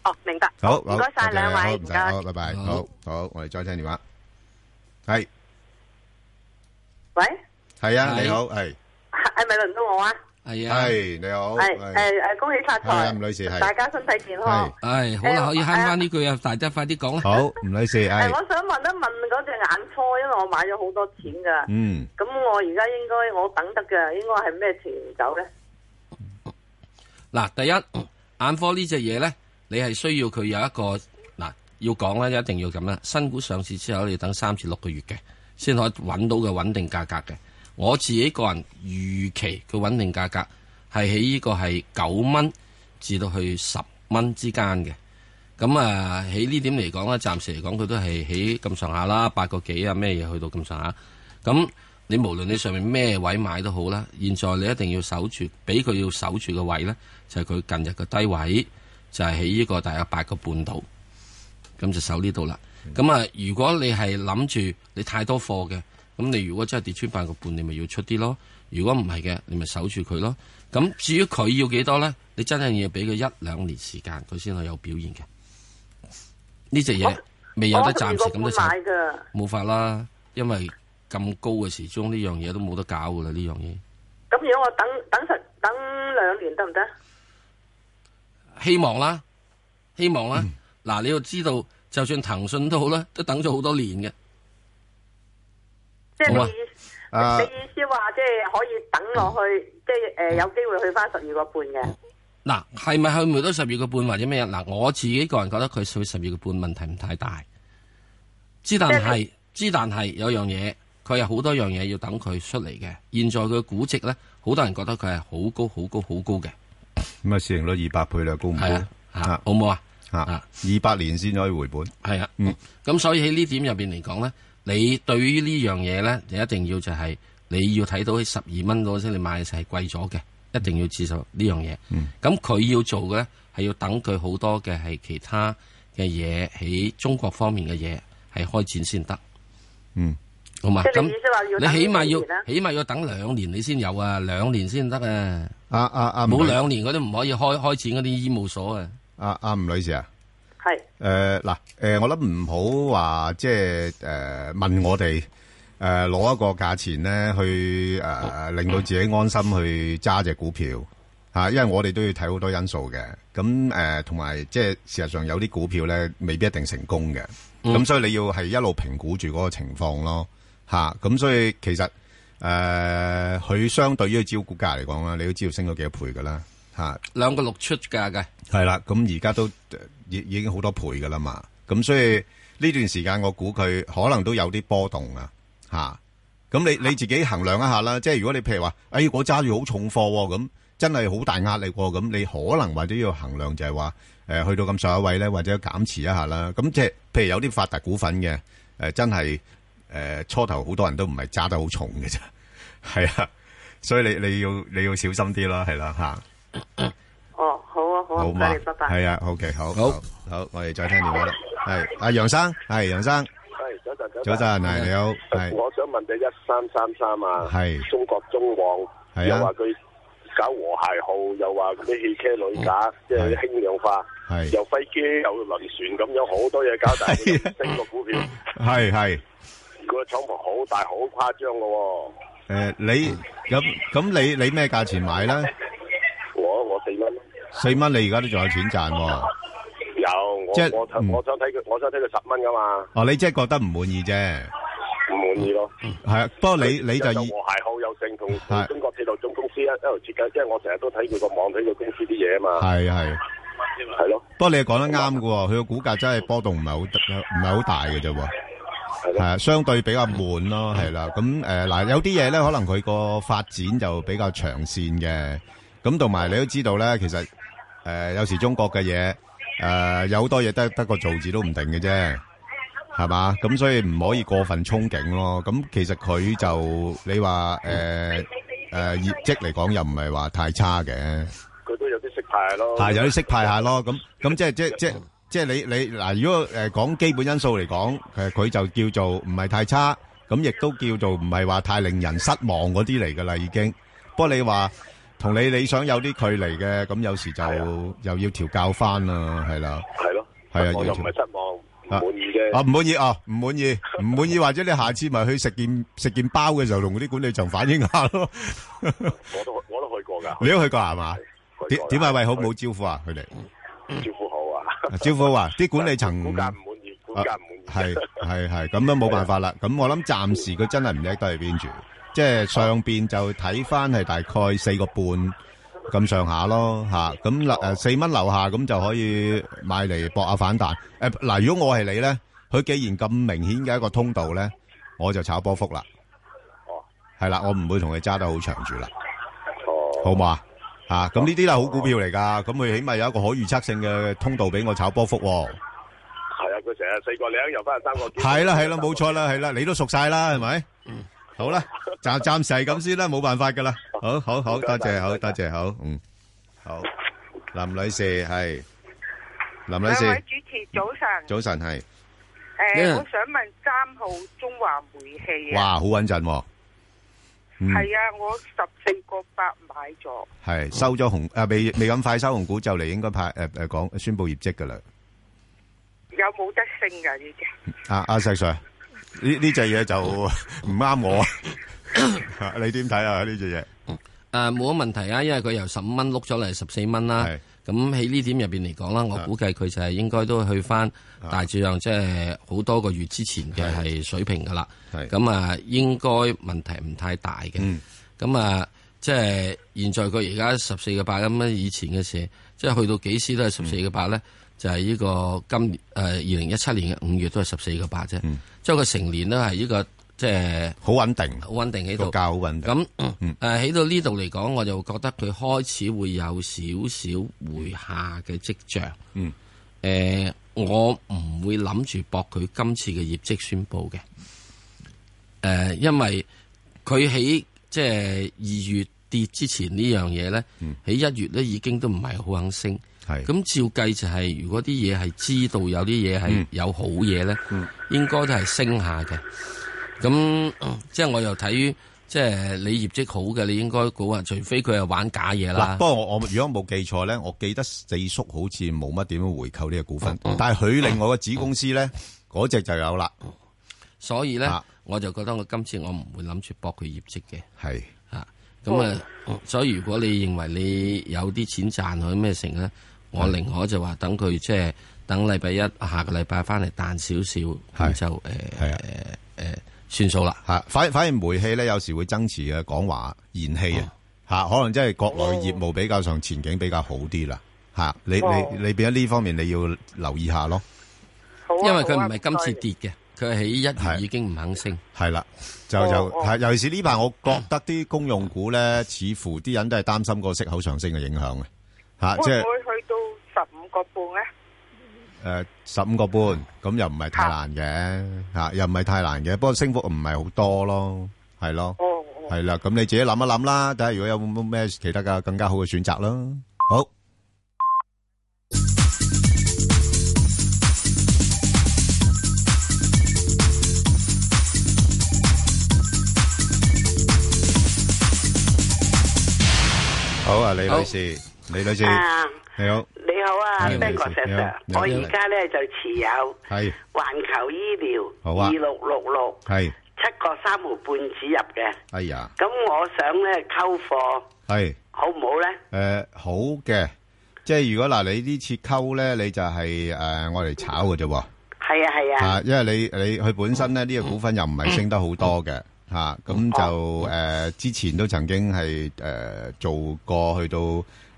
哦，明白。
好，
唔該
好
晒
多謝
兩
好
位，
唔
唔
使，
該。
好，拜拜，
好
好好，我哋再聽電話。係
喂，
係啊，
係
你好，係
係咪輪到我啊？
系啊，
係你好，
係
係
誒誒，恭喜發
係啊
財，
吳女士係
大家身體健康
係。
系好啦，可以悭翻呢句啊，大家快啲講啦。
好，吳女士
誒，
係，
我想問一問嗰隻眼科，因為我買咗好多錢㗎。
嗯，
咁我而家應該我等得嘅，應該係咩情走咧？
嗱，第一眼科呢只嘢咧，你係需要佢有一個嗱，要講咧，一定要咁啦。新股上市之後，你要等三至六個月嘅，先可以揾到嘅穩定價格嘅。我自己個人預期佢穩定價格係喺呢個係九蚊至到去十蚊之間嘅。咁啊，喺呢點嚟講咧，暫時嚟講佢都係喺咁上下啦，八個幾啊咩嘢去到咁上下。咁你無論你上面咩位買都好啦，現在你一定要守住，俾佢要守住嘅位咧，就係、佢近日嘅低位，就係喺呢個大約八個半度，咁就守呢度啦。咁啊，如果你係諗住你太多貨嘅，咁你如果真係跌穿八個半，你咪要出啲咯。如果唔係嘅，你咪守住佢咯。咁至於佢要幾多咧，你真係要俾佢一兩年時間，佢先係有表現嘅。呢只嘢未有得暫時咁
我
就
十
炒
二個半買㗎。
冇法啦，因為咁高嘅時鐘呢樣嘢都冇得搞噶啦，呢樣嘢。
咁如果我等等實等兩年得唔得？
希望啦，希望
嗯
啦。嗱、你要知道，就算騰訊都好啦，都等咗好多年嘅。
即係
好啊
你意思
啊
你意思話即係可以等落去，即係誒有機會去翻十二個半嘅。
嗱，係咪去唔去到十二個半或者咩？嗱，我自己個人覺得佢去十二個半問題唔太大。之但係，之但係有樣嘢，佢有好多樣嘢要等佢出嚟嘅。現在佢嘅估值咧，好多人覺得佢係好高、好高、好高嘅，
咁啊，市盈率二百倍啦，高唔高
係啊，嚇
啊
好唔好啊？
啊
啊，
二百年先可以回本。
系啊，咁、所以喺呢點入边嚟講咧，你對於呢樣嘢咧，你一定要就係你要睇到喺十二蚊嗰陣你買嘅時係貴咗嘅，一定要接受呢樣嘢。
嗯
咁佢、要做嘅咧係要等佢好多嘅係其他嘅嘢喺中國方面嘅嘢係開展先得。
嗯，
好嘛？
即係
咁
你意思話要
你
等
起碼
幾年
要
啊
起碼要等兩年你先有啊，兩年先得啊，
啊啊啊，
冇
吳女
兩年嗰啲唔可以開開展嗰啲醫務所啊。
啊啊，吳女士啊。
係
诶，呃嗱，诶，我諗唔好話即係诶問我哋诶攞一個價錢咧去诶、呃令到自己安心去揸只股票吓、啊因為我哋都要睇好多因素嘅。咁诶，同、埋即係事實上有啲股票咧未必一定成功嘅。咁、所以你要係一路評估住嗰個情況咯吓。咁、所以其實诶，佢、相對於招股價嚟講啦，啊你都知道升咗幾多倍噶啦吓。
兩個六出價嘅。
系啦，咁而家都呃已已經好多倍噶啦嘛，咁所以呢段時間我估佢可能都有啲波動啊，吓、咁你你自己衡量一下啦，即係如果你譬如話，哎，我揸住好重貨喎，咁真係好大壓力喎，咁你可能或者要衡量就係話，诶、去到咁上一位咧，或者減持一下啦，咁即係譬如有啲發達股份嘅，诶、呃真係诶、呃初頭好多人都唔係揸得好重嘅咋， 係啊，所以你你要你要小心啲啦，係啦吓。
哦，好啊好啊，
好
唔
嘛
該你，拜拜。
系啊，OK，好，
好
好，好，我哋再聽電話啦。係阿楊生，係楊生，
系早晨，
早晨，係你好，係
我想问你一三三三啊，
係
中国中网，
係
又
啊
话佢搞和谐号，又话啲汽车鋁架即
哦係
系轻量化，
係
又飞机又輪船咁樣，好多嘢搞，但係佢都唔升個 股票，
係係，
佢個廠房好大，好誇張咯
诶，你咁咁你你咩價錢買咧？
喎。我我四蚊
四蚊你而家都仲有錢賺喎，
有，
即
我
係
我
嗯
想我想睇佢，我想睇佢十蚊噶嘛，
哦，你即係覺得唔滿意啫，
唔滿意咯。
係啊，不過你你就
有
以
和諧號有剩，同
係
同中國鐵路總公司一一路設計，即係我成日都睇佢個網，睇佢公司啲嘢啊嘛。
係係
係咯，
不過你又講得啱嘅喎，佢個股價真係波動唔係好得唔係好大嘅啫喎，
係
係
咯，
啊，相對比較悶咯，係啦。咁誒嗱，有啲嘢咧，可能佢個發展就比較長線嘅。咁同埋你都知道咧，其實誒、有時中國嘅嘢誒有好多嘢得得個做字都唔定嘅啫，係嘛？咁所以唔可以過分憧憬咯。咁其實佢就你話誒誒業績嚟講又唔係話太差嘅。
佢都有啲息派咯，
係有啲識派下咯，咁咁即係即係即係即係你你嗱，如果誒講基本因素嚟講，誒佢就叫做唔係太差，咁亦都叫做唔係話太令人失望嗰啲嚟噶啦已經。不過你話同你理想有啲距離嘅，咁有時就
係
又要調教翻啦，係啦。
係咯，
係啊
我
要
又唔
調
係失望，唔
啊
滿意啫
啊，，唔滿意啊，唔滿意，唔滿意，或者你下次咪去食件食件包嘅時候，同嗰啲管理層反映下咯。
我都我都去過㗎，
你都去過係嘛？
去
點
過㗎
點啊？喂，好冇招呼啊？佢哋
招呼好啊，
招呼啊？啲管理層 啊
股價唔滿意，股價唔滿意，
係係係，咁都冇辦法啦。咁我諗暫時佢真係唔叻得去邊住，即係上邊就睇翻係大概四個半咁上下咯吓。咁
哦
嗱誒四蚊樓下咁就可以買嚟搏下反彈。誒嗱，如果我係你咧，佢既然咁明顯嘅一個通道咧，我就炒波幅啦。
哦，
係啦，我唔會同佢揸得好長住啦，
哦，
好嘛？啊，咁呢啲都係好股票嚟㗎，咁佢起碼有一個可預測性嘅通道俾我炒波幅喎。
係啊，佢成日四個零又翻去三個幾，
係啦，係啦，冇錯啦，係啦，你都熟晒啦，係咪？好啦，暫暫時係咁先啦，冇辦法噶啦。好好好，
唔
多
該
謝，
晒
好
唔該
多謝，好，嗯，好。林女士係，林女士，
持早晨，
早晨係，
因
诶
為
想问三号中华煤气
哇，好穩陣喎。嗯，
啊，我十四个八買咗，
係收咗紅啊，未未咁快收紅股就嚟，應該派誒誒講宣佈業績噶啦。
有冇得升噶呢只？
啊阿石 Sir，呢呢只嘢就唔啱 我，你點睇啊？呢只
誒冇乜問題啊，因為佢由十五蚊碌咗嚟十四蚊啦
係。啊
咁喺呢點入邊嚟講啦，我估計佢就係應該都去翻大致上即係好多個月之前嘅係水平噶啦。
係
咁啊，應該問題唔太大嘅
嗯。
咁啊，即係現在佢而家十四個八咁樣以前嘅事，即係去到幾時都係十
嗯
四個八咧，就係呢個今誒二零一七年嘅五月都係十四個八啫
嗯。
即係佢成年都係呢個即係
好穩定，
好穩定喺
個
度。
價好穩定。
咁誒喺到呢度嚟講，我就覺得佢開始會有少少回下嘅跡象。
嗯。
誒、我唔會諗住博佢今次嘅業績宣佈嘅。誒、因為佢喺即係二月跌之前呢樣嘢咧，喺一、月咧已經都唔係好肯升。
係
咁照計就係、如果啲嘢係知道有啲嘢
嗯
係有好嘢咧，應該都係升下嘅。咁、嗯即係我又睇，即係你業績好嘅，你應該估啊，除非佢係玩假嘢
嗱，
啦
不。過我我如果冇記錯咧，我記得四叔好似冇乜點樣回購呢個股
嗯
份，但係佢另外個子公司咧，嗰只就有啦，
所嗯以咧，
啊
我就覺得我今次我唔會諗住搏佢業績嘅
係
嚇。咁啊，所以如果你認為你有啲錢賺佢咩成咧，我寧可就話等佢即係等禮拜一下個禮拜翻嚟彈少少，
係
咁就誒
係啊
誒算數啦。
嚇，反反而煤氣咧有時會增持嘅講話燃氣
哦
啊嚇，可能真係國內業務比較上前景比較好啲啦嚇，你
哦
你你變咗呢方面你要留意下咯，
好啊
因為佢
好啊
唔係今次跌嘅，佢喺一
係
月已經唔肯升。
係啦，就
哦
就
哦
係尤其是呢排，我覺得啲公用股咧，似乎啲人都係擔心個息口上升嘅影響嘅嚇，
唔該
即係
會唔會去到十五個半咧？
誒十五個半，咁又唔係太難嘅嚇，又唔係太難嘅，不過升幅唔係好多咯，係咯，
哦哦。
係啦，咁你自己諗一諗啦，睇下如果有冇咩其他嘅更加好嘅選擇啦。好，好啊，李
好
女士，李女士，
啊，
你好，
你好啊
係
，Ben 哥
你好
Sir
你好
Sir，
你好
我而家咧就持有
係
環球醫療
好啊
二六六六
係，
七個三毫半子入嘅，
哎呀，
咁我想咧溝貨
係。
好唔好咧？
诶、呃好嘅，即系如果嗱，你呢次溝咧，你就係诶我嚟炒嘅啫喎，
係啊係啊，
啊，因為你你佢本身咧呢、個股份又唔係升得好多嘅，吓、咁就诶、誒之呃前都曾經係诶、誒做過去到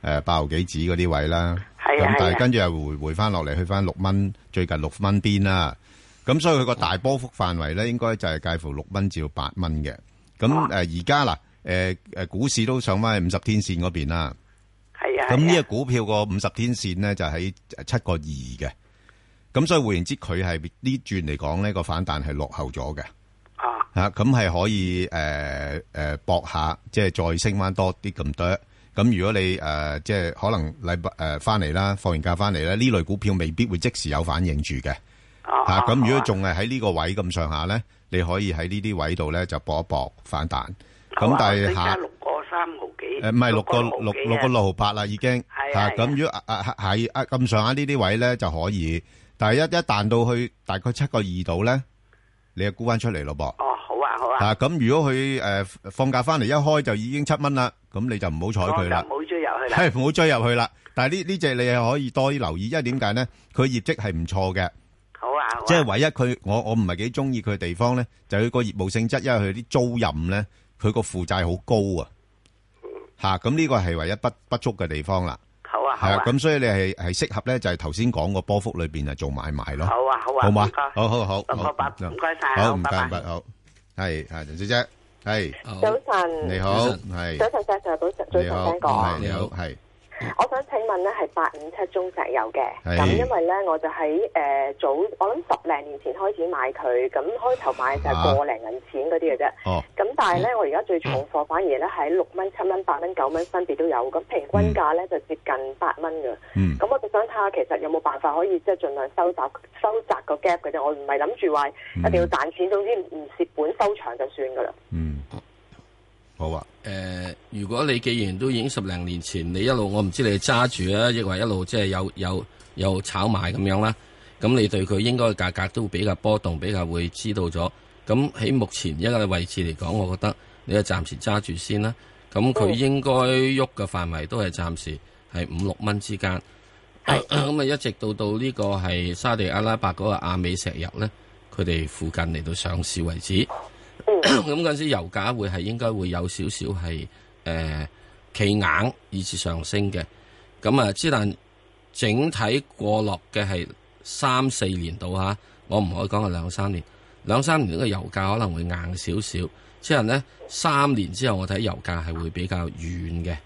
诶八毫幾子嗰啲位啦，
係啊
咁但
係
係
啊
跟住又回回翻落嚟，去翻六蚊，最近六蚊邊啦。咁所以佢個大波幅範圍咧，應該就係介乎六蚊至到八蚊嘅。咁
哦
誒而家嗱誒誒股市都上翻去五十天線嗰邊啦。
係啊，
咁呢個股票個五十天線咧就喺七個二嘅。咁所以換言之，佢係呢轉嚟講呢個反彈係落後咗嘅。
啊，
吓咁係可以诶诶搏下，即係再升翻多啲咁多。咁如果你诶、呃即係可能禮拜诶翻嚟啦，放完假翻嚟咧，呢類股票未必會即時有反應住嘅。
啊
吓咁、如果仲係喺呢個位咁上下咧，你可以喺呢啲位度咧就搏一搏反彈。
啊
咁、但係
而家
下
六個三毫幾，
诶唔係六
毫
個六
幾
六個
啊
六毫八啦已經
係啊係
吓
啊
咁如果啊啊係啊咁上下呢啲位咧就可以，但係一一彈到去大概七個二度咧，你就沽翻出嚟咯噃。
哦，好啊好啊，
啊，咁如果佢誒放假翻嚟一開就已經七蚊啦，咁你就唔好睬
我
佢
就
啦，
冇追入去啦，
係唔好追入去啦。但係呢呢只你係可以多啲留意，因為點解咧？佢業績係唔錯嘅，
好啊好啊，
即係唯一佢我我唔係幾中意佢嘅地方咧，就係佢個業務性質，因為佢啲租賃咧，佢個負債好高啊。嚇，咁呢個係唯一不不足嘅地方啦。
好啊好
係啊
啊，，
咁所以你係係適合咧，就係頭先講個波幅裏邊啊做買賣咯。
好啊好啊，
好嘛
唔該，
好好好
六個八，
好
唔該晒，
好，唔
拜
該
拜
唔該，好係啊，陳小姐係。
好
早晨，
你好，
早晨
係
早晨石 Sir，早晨，早
你
晨
好，
聽講，
係你好，係
我想請問咧係八五七中石油嘅，
係
咁因為咧我就喺誒、呃早，我諗十零年前開始買佢，咁開頭買就係個零銀錢嗰啲嘅啫。
哦，
咁但係咧，我而家最重貨反而咧喺六蚊、七蚊、八蚊、九蚊分別都有，咁平均價咧就接近八蚊嘅。
嗯
咁我就想睇下其實有冇辦法可以即係盡量收窄收窄個 gap 嘅啫，我唔係諗住話一定要賺錢，總之唔蝕本收場就算噶啦。
嗯，好啊，
诶、呃如果你既然都已經十零年前，你一路我唔知你係揸住啊，亦或一路即係有有有炒賣咁樣啦，咁你對佢應該價格都比較波動，比較會知道咗。咁喺目前一個位置嚟講，我覺得你就暫時揸住先啦。咁佢應該喐嘅範圍都係暫時係五六蚊之間。 咁啊，一直到到呢個係沙地阿拉伯嗰個亞美石油咧，佢哋附近嚟到上市為止。咁嗰陣時油價會係應該會有少少係誒企硬以至上升嘅。咁啊，之但整體過落嘅係三四年度嚇，我唔可以講係兩三年。兩三年嘅油價可能會硬少少，之後呢，三年之後我睇油價係會比較軟嘅，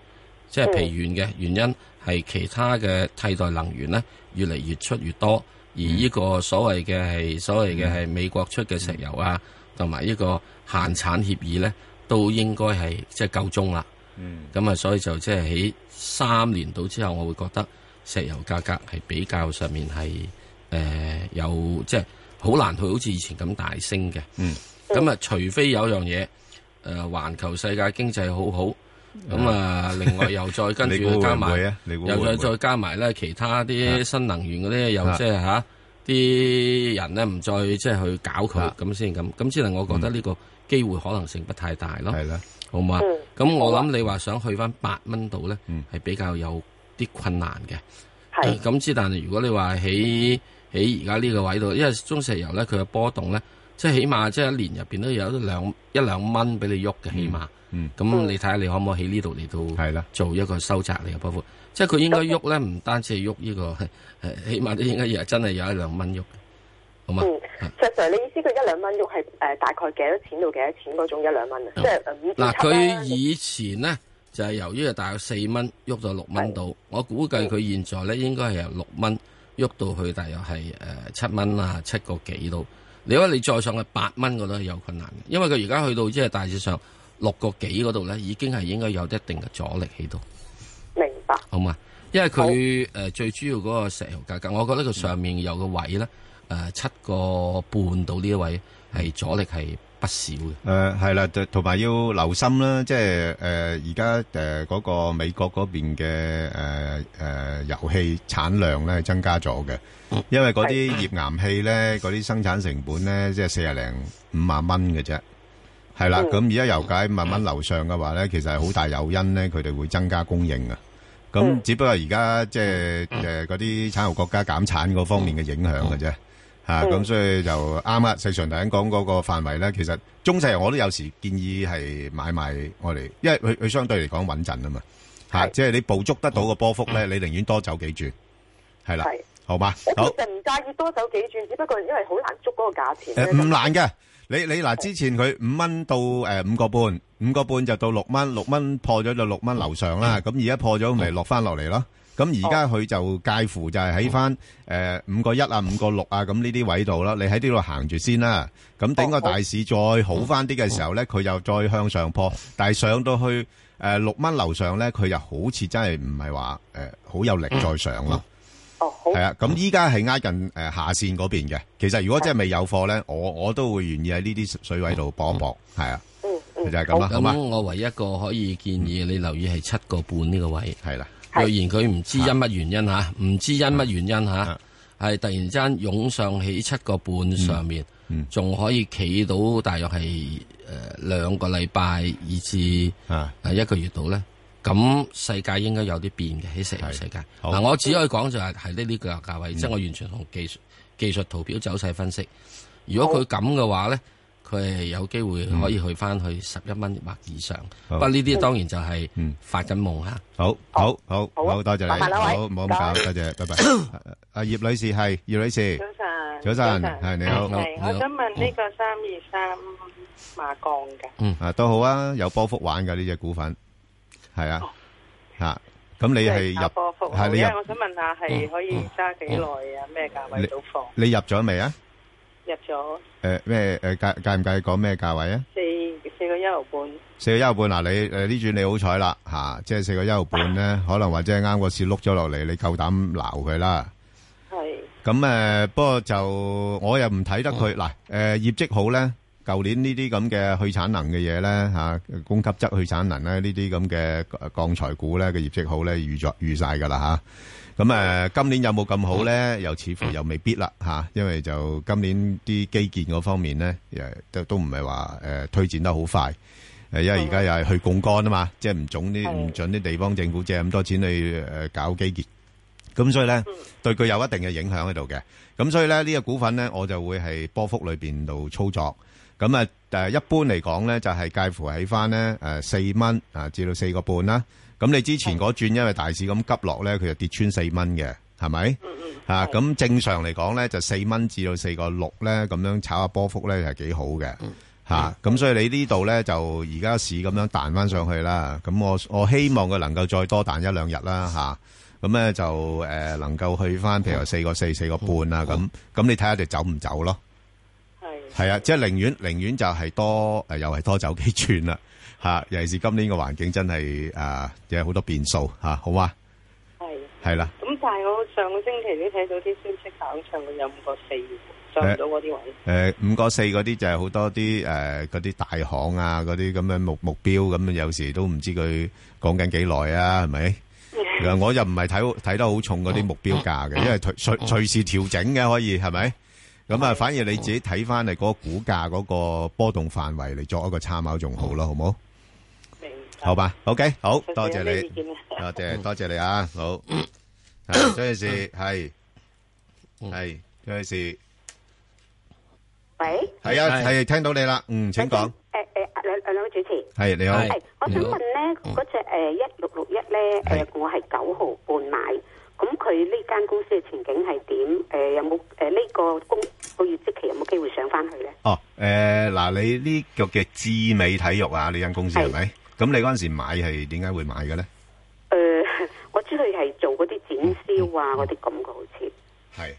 即係疲軟嘅原因係其他嘅替代能源呢越嚟越出越多，而呢個所謂嘅係所謂嘅係美國出嘅石油啊，同埋呢個限產協議呢，都應該係即係夠鐘啦。
嗯，
咁啊，所以就即係喺三年到之後，我會覺得石油價格係比較上面係誒、呃有即係好難去好似以前咁大升嘅。
嗯，
咁啊，除非有樣嘢誒，環球世界經濟好好，咁啊，另外又再跟
你
住
估會唔
加
會
埋
啊你，估會唔
又
會
再再加埋咧其他啲新能源嗰啲，又
啊
即係嚇啲人咧唔再即係去搞佢
啊嗯
咁先咁，咁之能我覺得呢個機會可能性不太大咯。
係啦，
好嘛
嗯？
咁我諗你話想去翻八蚊度咧
嗯，
係比較有啲困難嘅。
係
咁之，但係如果你話喺喺而家呢個位度，因為中石油咧佢嘅波動咧，即係起碼即係一年入邊都有一兩一兩蚊俾你喐嘅，起碼。
嗯，
咁你睇下你可唔可以喺呢度嚟到
係啦
做一個收窄嚟嘅波幅？即係佢應該喐咧，唔單止係喐呢個， 係起碼都應該有真係有一兩蚊喐嘅，好嘛？
嗯，石 Sir，你意思佢一兩蚊喐係誒大概幾多錢到幾多錢嗰種一兩蚊啊？即係呃五至
嗱，
七
佢
啊
蚊
以前呢，就係、由於係大約四蚊喐到六蚊度，我估計佢現在呢應該係由六蚊喐到去大約係誒七蚊啊七個幾度。你話你再上去八蚊嗰度係有困難嘅，因為佢而家去到即係大致上六個幾嗰度呢，已經係應該有一定嘅阻力喺度，
明白。
好嘛？因為佢誒、呃最主要嗰個石油價格，我覺得佢上面有個位呢，誒七個半到呢一位係阻力係不少嘅。
誒呃係啦，同同埋要留心啦，即係誒呃而家誒嗰個美國嗰邊嘅呃誒誒油氣產量咧增加咗嘅，因為嗰啲頁岩氣咧嗰啲生產成本咧即係四廿零五萬蚊嘅啫。係啦，咁而家油價慢慢樓上嘅話咧，其實係好大誘因咧，佢哋會增加供應啊。咁只不過而家即係誒嗰啲產油國家減產嗰方面嘅影響嘅啫。嚇，咁所以就啱啊啦。四常頭先講嗰個範圍咧，其實中石油我都有時建議係買埋我哋，因為佢佢相對嚟講穩陣啊嘛。嚇，即係你捕捉得到個波幅咧，你寧願多走幾轉。係啦
係，
好嘛，
我
好
其。實唔介意多走幾轉，只不過因為好難捉嗰個價錢
诶，
咧。
唔難嘅。你你嗱，之前佢五蚊到诶五個半，五個半就到六蚊，六蚊破咗就六蚊樓上啦。咁而家破咗，咪落翻落嚟咯。咁而家佢就介乎就係喺翻诶五個一啊、五個六啊咁呢啲位度啦。你喺呢度行住先啦。咁等個大市再好翻啲嘅時候咧，佢又再向上破。但係上到去诶六蚊樓上咧，佢又好似真係唔係話诶好有力再上咯。
哦
系啊，咁依家係挨近诶下線嗰邊嘅。其實如果真係未有貨咧，我我都會願意喺呢啲水位度搏一搏，係啊，
嗯
就係咁啦，好嘛嗯
咁？我唯一一個可以建議你留意係七個半呢個位。
係啦，
若然佢唔知因乜原因
啊
吓，唔知因乜原因吓，係突然之間湧上起七個半上面，
嗯
仲可以企到大約係诶兩個禮拜以至诶啊一個月度咧。咁世界應該有啲變嘅喺石油世界。
好
嗱，我只可以講就係係呢呢個價位，
嗯
即係我完全同技術技術圖表走勢分析。如果佢咁嘅話咧，佢係有機會可以去翻去十一蚊或以上。
好
不過呢啲當然就係發緊夢啦。
好，好，好，好，多謝
麻
你，
煩兩位
好，唔好
唔該
咁搞，多謝，拜 拜。啊阿葉女士係，葉女士，
早晨
早晨，係你好，
係我想問呢個三二三馬鋼嘅，
嗯，啊都好啊，有波幅玩嘅呢只股份，係啊，吓，咁你係
炒波幅
入，係你
因為
入
我想問下係可以揸幾耐啊？咩價位到貨？
你入咗未啊？
入咗
诶咩诶介介唔介意講咩價位啊？
四四個一毫半，
四個一毫半嗱，你誒呢轉你好彩啦嚇，即係四個一毫半咧，可能或者係啱個市碌咗落嚟，你夠膽鬧佢啦。
係
咁誒、呃不過就我又唔睇得佢嗱誒業績好咧，舊年呢啲咁嘅去產能嘅嘢咧嚇，供給側去產能咧呢啲咁嘅呃鋼材股咧嘅業績好咧預咗預曬㗎啦嚇。咁誒、呃今年有冇咁好咧？又似乎又未必啦嚇、因為就今年啲基建嗰方面咧誒都都唔係話誒推展得好快。誒，因為而家又係去杠杆啊嘛，即係唔準啲唔準啲地方政府借咁多錢去誒搞基建，咁所以咧對佢有一定嘅影響喺度嘅。咁所以咧呢個股份咧，我就會係波幅裏邊度操作。咁啊誒，一般嚟講咧就係介乎喺翻咧誒四蚊啊至到四個半啦。咁你之前嗰轉因為大市咁急落咧，佢就跌穿四蚊嘅，係咪？啊，咁正常嚟講咧就四蚊至到四個六咧，咁樣炒下波幅咧係幾好嘅。吓，咁、所以你呢度咧就而家市咁樣彈翻上去啦，咁我我希望佢能夠再多彈一兩日啦吓，咁、咧就誒、呃能夠去翻譬如四個四、四個半啊咁，咁你睇下你走唔走咯？係啊，即係寧願寧願就係多誒，又係多走幾轉啦嚇。尤其是今年嘅環境真係誒，有好多變數嚇，好嘛？
係。
係啦，
咁但係我上個星期都睇到啲消息講唱佢有五個四，上唔到嗰啲位。
誒五個四嗰啲就係好多啲誒嗰啲大行啊，嗰啲咁樣目目標咁樣，有時都唔知佢講緊幾耐啊，係咪？ 嗱，我又唔係睇好睇得好重嗰啲目標價嘅，因為隨隨隨時調整嘅可以係咪？咁啊，反而你自己睇翻你嗰個股價嗰個波動範圍嚟作一個參考仲好咯，好冇？好吧，OK，好多謝你，多謝多謝你啊，好， 係張女士係係張女士。
喂，
系啊，系听到你啦，嗯，请讲，
诶诶，两两位主持，
係嗯你好
係我想問咧，嗰只诶一六六一咧，诶我係九毫半買，咁佢呢間公司嘅前景係點？诶有冇诶呢個公個月即期有冇機會上翻去咧？
哦，诶，嗱，你呢個嘅智美體育啊，呢間公司係咪？咁你嗰阵时买系点解會買嘅咧？
诶， 我知佢係做嗰啲展銷
嗯
啊，嗰啲咁嘅好似
係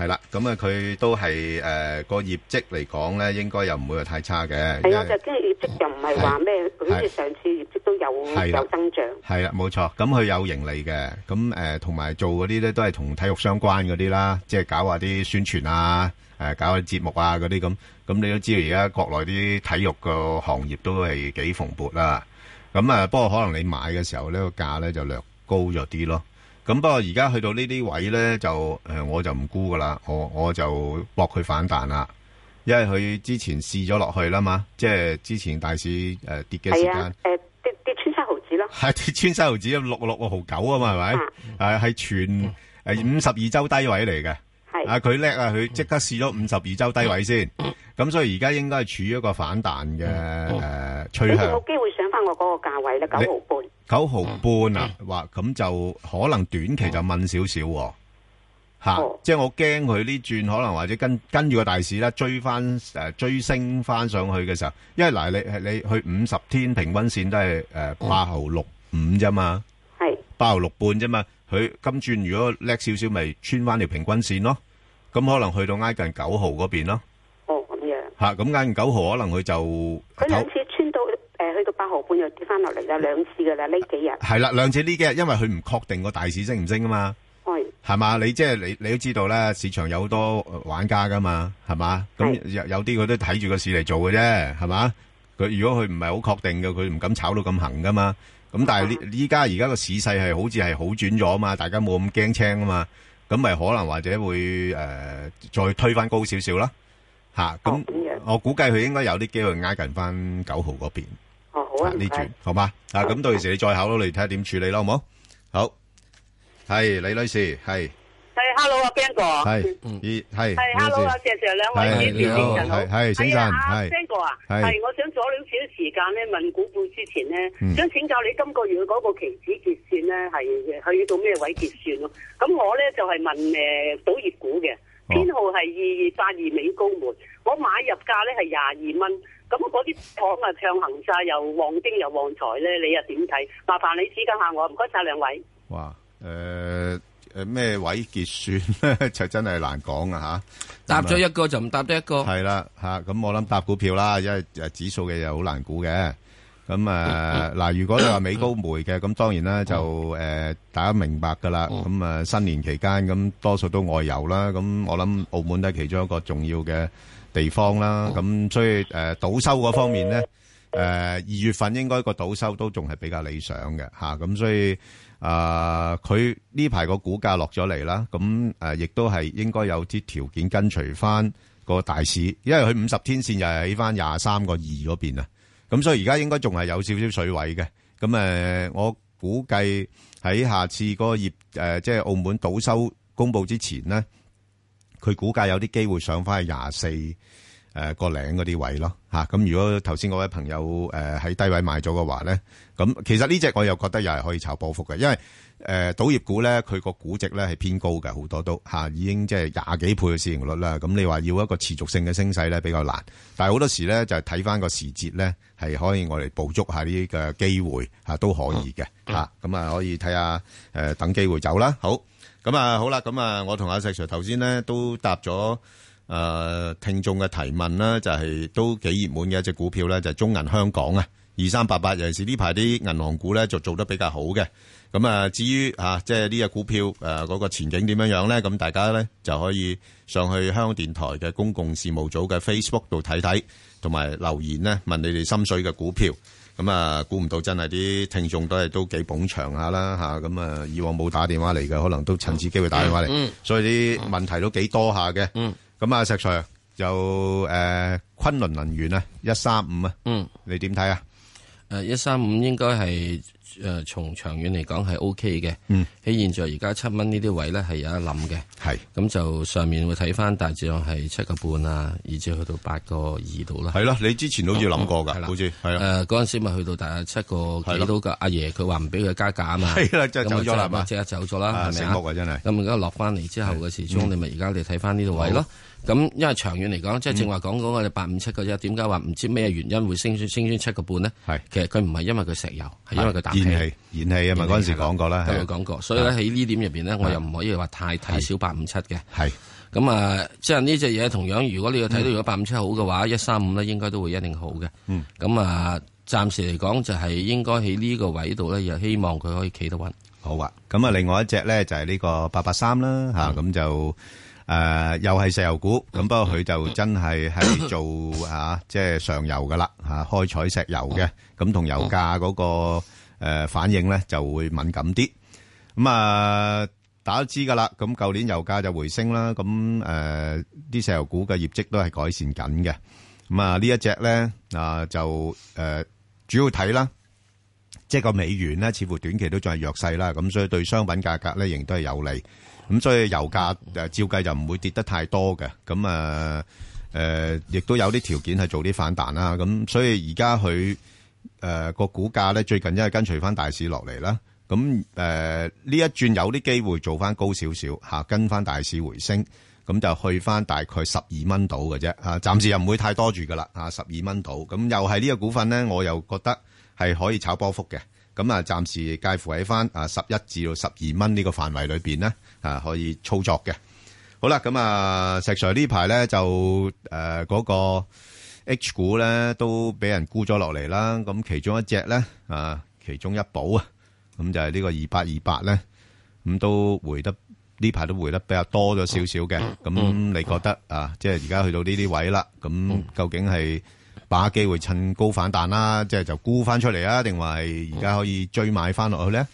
係啦，咁啊，佢都係诶個業績嚟講咧，應該又唔會話太差嘅，
係
因
我啊
為
就跟住業績又唔係話咩，好似上次業績都有
係啦
有增長，
係啦，冇錯，咁佢有盈利嘅，咁誒同埋做嗰啲咧都係同體育相關嗰啲啦，即係搞下啲宣傳啊，誒、搞下啲節目啊嗰啲咁，咁你都知道而家國內啲體育個行業都係幾蓬勃啦，啊咁啊不過可能你買嘅時候呢個價咧就略高咗啲咯。咁不過而家去到呢啲位咧，就誒、呃我就唔沽噶啦，我我就搏佢反彈啦，因為佢之前試咗落去啦嘛，即係之前大市誒、呃跌嘅時
係
間。
啊，诶跌跌穿七毫子咯，
系跌穿西毫子六六個毫九啊嘛，係咪？诶，系全诶五十二周低位嚟嘅。
係
啊，佢叻啊，佢即刻試咗五十二周低位先。咁所以而家應該係處於一個反彈嘅诶
你有
趨向
嗯
冇。機會上翻我嗰個價位咧？九毫半。
九毫半啊，話咁就可能短期就問少少喎。吓，即係我驚佢呢轉可能或者跟跟住個大市啦，追翻诶、呃追升翻上去嘅時候，因為嗱你你去五十天平均線都係诶八毫六五啫嘛，
係
八毫六半啫嘛，佢今轉如果叻少少，咪穿翻條平均線咯，咁可能去到挨近九毫嗰邊咯，
哦咁樣。
吓咁挨近九毫可能佢就
佢兩次穿到誒去到八毫半又跌翻落嚟啦，兩次噶啦呢幾日。
係啦，兩次呢幾日，因為佢唔確定個大市升唔升啊嘛。
係
係嘛？你即係你你都知道啦，市場有好多呃玩家噶嘛，係嘛？
哦
咁有有啲佢都睇住個市嚟做嘅啫，係嘛？佢如果佢唔係好確定嘅，佢唔敢炒到咁行噶嘛。咁但係
啊
呢依家而家個市勢係好似係好轉咗啊嘛，大家冇咁驚青啊嘛，咁咪可能或者會誒、呃再推翻高少少啦，吓、
哦
咁、我估計佢應該有啲機會挨近翻九號嗰邊。
哦，好啊，
呢
唔該
轉好嘛？啊，咁到時你再考慮睇下點處理咯，好冇？好，係李女士，係。
系，hello 啊 b a n 哥，
系，咦系，
系 hello 啊，謝 Sir 兩位
係你好
晨好，
係係醒神
係啊
係
b a n 哥啊，
係
係我想阻了少少時間咧問股票之前咧
嗯，
想請教你今個月嗰個期指結算咧係去到咩位結算咯？咁我咧就係問誒賭業股嘅，
哦
編號係二二八二美高梅，我買入價咧係廿二蚊。咁嗰啲廠啊暢行晒，又旺丁又旺財咧，你又點睇？麻煩你指教下我，唔該晒兩位。
哇，诶诶咩位結算 咧，就真係難講啊吓。
答咗一個就唔答得一個。
系啦吓，咁我諗搭股票啦，因為诶指數嘅嘢好難估嘅。咁啊嗱，如果你話美高梅嘅，咁當然啦，就诶大家明白噶啦。咁啊新年期間咁多數都外遊啦，咁我諗澳門都係其中一個重要嘅地方啦。咁所以诶賭收嗰方面咧。誒二月份應該個倒收都仲係比較理想嘅嚇，咁、所以啊，佢呢排個股價落咗嚟啦，咁誒亦都係應該有啲條件跟隨翻個大市，因為佢五十天線又係喺翻廿三個二嗰邊啊，咁所以而家應該仲係有少少水位嘅，咁誒、呃我估計喺下次嗰個業誒、呃即係澳門倒收公佈之前咧，佢估計有啲機會上翻去廿四。誒個領嗰啲位咯嚇。咁、如果頭先嗰位朋友呃誒喺、低位買咗嘅話咧，咁其實呢只我又覺得又係可以炒波幅嘅，因為誒、呃、賭業股咧佢個估值咧係偏高嘅，好多都嚇、已經即係廿幾倍嘅市盈率啦。咁你話要一個持續性嘅升勢咧比較難，但係好多時咧就係睇翻個時節咧係可以我哋捕捉下呢個機會嚇、都可以嘅嚇。咁啊可以睇下誒等機會走啦。好。咁啊，好啦，咁啊，我同阿石 Sir 頭先咧都答咗诶、呃、听眾嘅提問啦，就係都幾熱門嘅一隻股票咧，就係中銀香港啊，二三八八，尤其是呢排啲銀行股咧就做得比較好嘅。咁啊，至於啊，即係呢只股票啊诶嗰、個前景點樣樣咧，咁大家咧就可以上去香港電台嘅公共事務組嘅 Facebook 度睇睇，同埋留言咧問你哋心水嘅股票。咁啊，估唔到真係啲聽眾都係都幾捧場下啦吓，咁啊，以往冇打電話嚟嘅，可能都趁此機會打電話嚟，
嗯
所以啲問題都幾多下嘅。咁啊，石 Sir 就诶，昆侖能源啊，一三五啊，
嗯，
你點睇啊？
诶，一三五應該係诶從長遠嚟講係 O K 嘅。
嗯，
喺現在而家七蚊呢啲位咧係有得冧嘅。
係
咁就上面會睇翻大致上係七個半啊，以至去到八個二度啦。
係咯，你之前好似諗過㗎
係啦
好似啊係
誒嗰陣時咪去到大約七個幾度㗎。阿爺佢話唔俾佢加價啊嘛。
係啦就
咁
走咗啦
咪
嘛
即刻走咗啦，係咪
啊
啊
醒目啊真係
咁而家落翻嚟之後嘅時鐘，
嗯
你咪而家你睇翻呢度位咯。咁因為長遠嚟講，即係正話講講我哋八五七嘅啫，點解話唔知咩原因會升穿升穿七個半呢？
係
其實佢唔係因為佢石油，係因為佢
係
氮
燃
氣
氣。燃氣啊嘛，
燃氣
嗰陣時
係啦
講過啦，
都
係啊
有講過，所以咧喺呢點入邊咧，我又唔可以話太睇小八五七嘅。
係
咁啊，即係呢只嘢同樣，如果你要睇到如果八五七好嘅話，一三五咧應該都會一定好嘅。
嗯
咁啊，暫時嚟講就係應該喺呢個位度咧，又希望佢可以企得穩。
好啊，咁啊，另外一隻咧就係呢個八八三啦，吓咁就诶又係石油股，咁不過佢就真係係做啊即係上游噶啦，吓开采石油嘅，咁同油價嗰個诶反應咧就會敏感啲。咁啊，大家都知噶啦，咁舊年油價就回升啦，咁誒啲石油股嘅業績都係改善緊嘅。咁啊，呢一隻咧啊就誒、呃主要睇啦，即係個美元咧，似乎短期都仲係弱勢啦，咁所以對商品價格咧仍然都係有利。咁所以油價誒、呃照計就唔會跌得太多嘅。咁啊誒，亦、都有啲條件係做啲反彈呃啦。咁所以而家佢誒個股價咧最近因為跟隨翻大市落嚟啦，咁誒呢一轉有啲機會做翻高少少嚇，跟翻大市回升，咁就去翻大概十二蚊度嘅啫嚇，暫時又唔會太多住噶啦啊嚇，十二蚊度。咁又係呢個股份咧，我又覺得係可以炒波幅嘅。咁啊，暫時介乎喺翻啊十一至到十二蚊呢個範圍裏邊咧，啊可以操作嘅。好啦，咁啊，石 Sir 呢排咧就誒嗰、個 H 股咧都俾人沽咗落嚟啦。咁其中一隻咧啊，其中一寶啊，咁就係呢個二八二八咧，咁都回得呢排都回得比較多咗少少嘅。咁你覺得啊，即係而家去到呢啲位啦，咁究竟係把機會趁高反彈啦，即係就沽翻出嚟啊，定話係而家可以追買翻落去咧？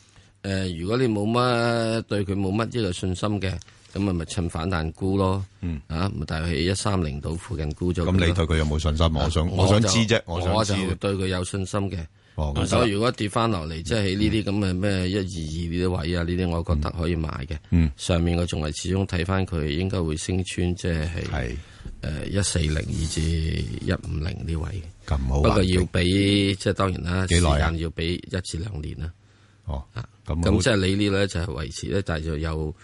誒、如果你冇乜對佢冇乜呢個信心嘅，咁啊咪咪趁反彈沽咯。嗯，啊，咪大概喺一三零度附近沽咗佢
咁
咯。
你對佢有冇信心？我想我想
就
知啫，我想
我
知
就
啫。
對佢有信心嘅。
哦咁
所以
就嗯
如果跌翻落嚟，即係喺呢啲咁嘅咩一二二呢啲位啊，呢啲我覺得可以買嘅。
嗯
上面我仲係始終睇翻佢應該會升穿，即係誒一四零以至一五零呢位。
咁好啊
不過要俾即係當然啦，
幾耐啊
時間要俾一至兩年啦。
哦，咁好
咁即係你呢咧就係維持咧，但係就又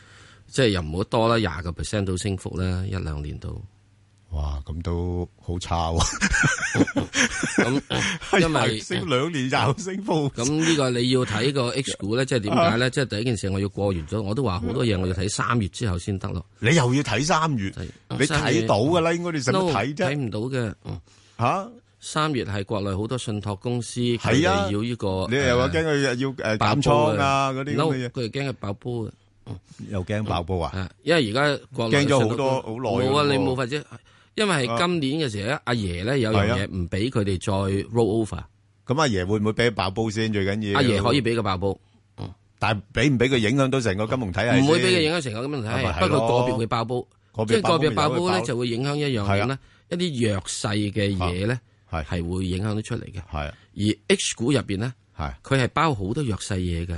即係又唔好多啦，廿個 percent 到升幅啦，一兩年度。
哇，咁都好差喎！
咁因
係
為
升兩年又升幅。
咁呢個你要睇個 H 股咧，即係點解
啊
咧？即係第一件事，我要過完咗，我都話好多嘢我要睇三月之後先得咯。
你又要睇三月，
你
嗯睇到㗎啦應該你使乜睇啫
睇唔到嘅嗯
吓。
三月係國內好多信託公司佢
係啊
哋要呢個，
你又話
誒
驚佢要誒
爆
減
煲
倉啊嗰啲咁嘅
No，
嘢
佢哋驚佢爆煲啊。
又驚爆煲啊！
因為而家國內
驚咗好
信
多
託
好
公
耐㗎
冇啊！
喎啊
你冇法啫，因為係今年嘅時候咧，阿爺咧有樣
係啊
嘢唔俾佢哋再 roll over。
咁阿爺會唔會俾佢爆煲先？最緊要
阿爺可以俾佢爆煲，
但係俾唔俾佢影響到成個金融體系先？
唔會俾佢影響成個咁樣
啊係
睇，
咪係
哎不過
咯
個別會爆煲，
個別
即係個
爆煲啊咪有
別爆煲
佢
咧
爆
就會影響一樣嘢咧，一啲弱勢嘅嘢咧係會影響得出嚟嘅。
啊係啊
而 H 股入邊咧，佢係包好多弱勢嘢㗎。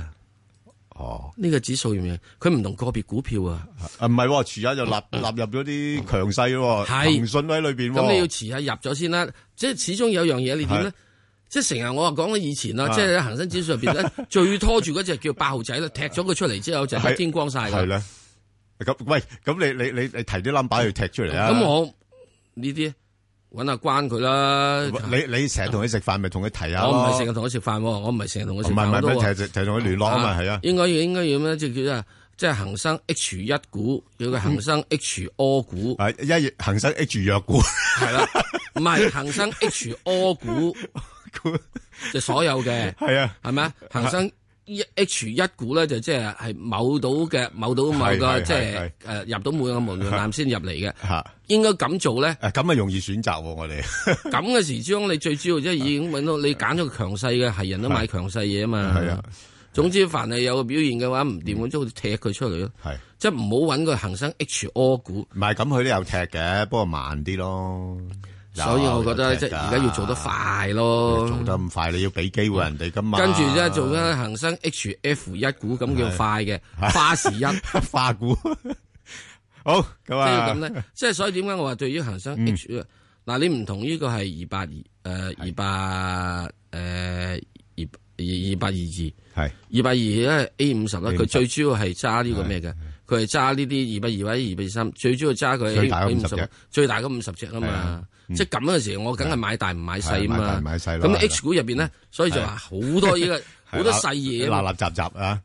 哦，
呢個指數入面，佢唔同個別股票啊。
啊，唔係喎，遲下就納納入咗啲強勢喎，
係
騰訊喺裏邊喎。
咁你要遲下入咗先啦。即係始終有樣嘢你點
係
咧？即係成日我話講咗以前啦，
啊
即係恒生指數入邊 咧，最拖住嗰只叫八號仔啦，踢咗佢出嚟之後就
係
一天光晒㗎。
係啦。咁喂，咁你你你你提啲 number 去踢出嚟啊！
咁我呢啲揾下關佢啦。
啊你你成日同佢食飯，咪同佢提下
我唔係
咯
成日同佢食飯喎，我唔係成日同佢食
唔係
飯。
唔係
我都話
咩成日成日同佢聯絡啊嘛係啊
應該要應該要咩？即係叫做即係恒生 H 一股，叫
嗯
佢恒生 H O 股。
係一恒生 H 弱股。
係啦，唔係恒生 H O 股，就所有嘅
係啊，
係咪啊？恒生一 H 一股咧就即係係某到嘅某到某
係
個
係
即係
係
誒入到每個門檻先入嚟嘅。
吓，
應該咁做 咧，
咁啊容易選擇喎，我哋
咁嘅時之中，你最主要即係已經揾到你揀咗個強勢嘅，係人都買強勢嘢啊嘛。
係啊，
總之凡係有個表現嘅話唔掂，我即係好似踢佢出嚟咯。
係，
即係唔好揾個恒生 H O 股。
唔係咁，佢都有踢嘅，不過慢啲咯。
所以我覺得
有踢
即
㗎
係而家要做得快咯
做得咁快，你要俾機會人哋噶嘛。
跟住咧做緊恒生 H F 一股咁叫快嘅花時一
花股， 好咁
即係
啊。
咁咧，即係所以點解我話對於恒生
嗯
H 嗱你唔同呢個係二八二誒二八誒呃二二八二二
係
二八二咧 A 五十啦，
A50
佢最主要係揸呢個咩嘅？佢係揸呢啲二八二或者二八二三，最主要揸佢
最大嗰
A
50隻
十，最大嗰五十隻啊
係
嘛
啊。
即係咁嘅時候，我梗係買大唔買細
係買大
啊嘛。
唔買細咯
咁
係啦嗯啊
H 股入邊咧，所以就話好多 呢個好多細嘢啊嘛。
垃垃雜雜啊，係啊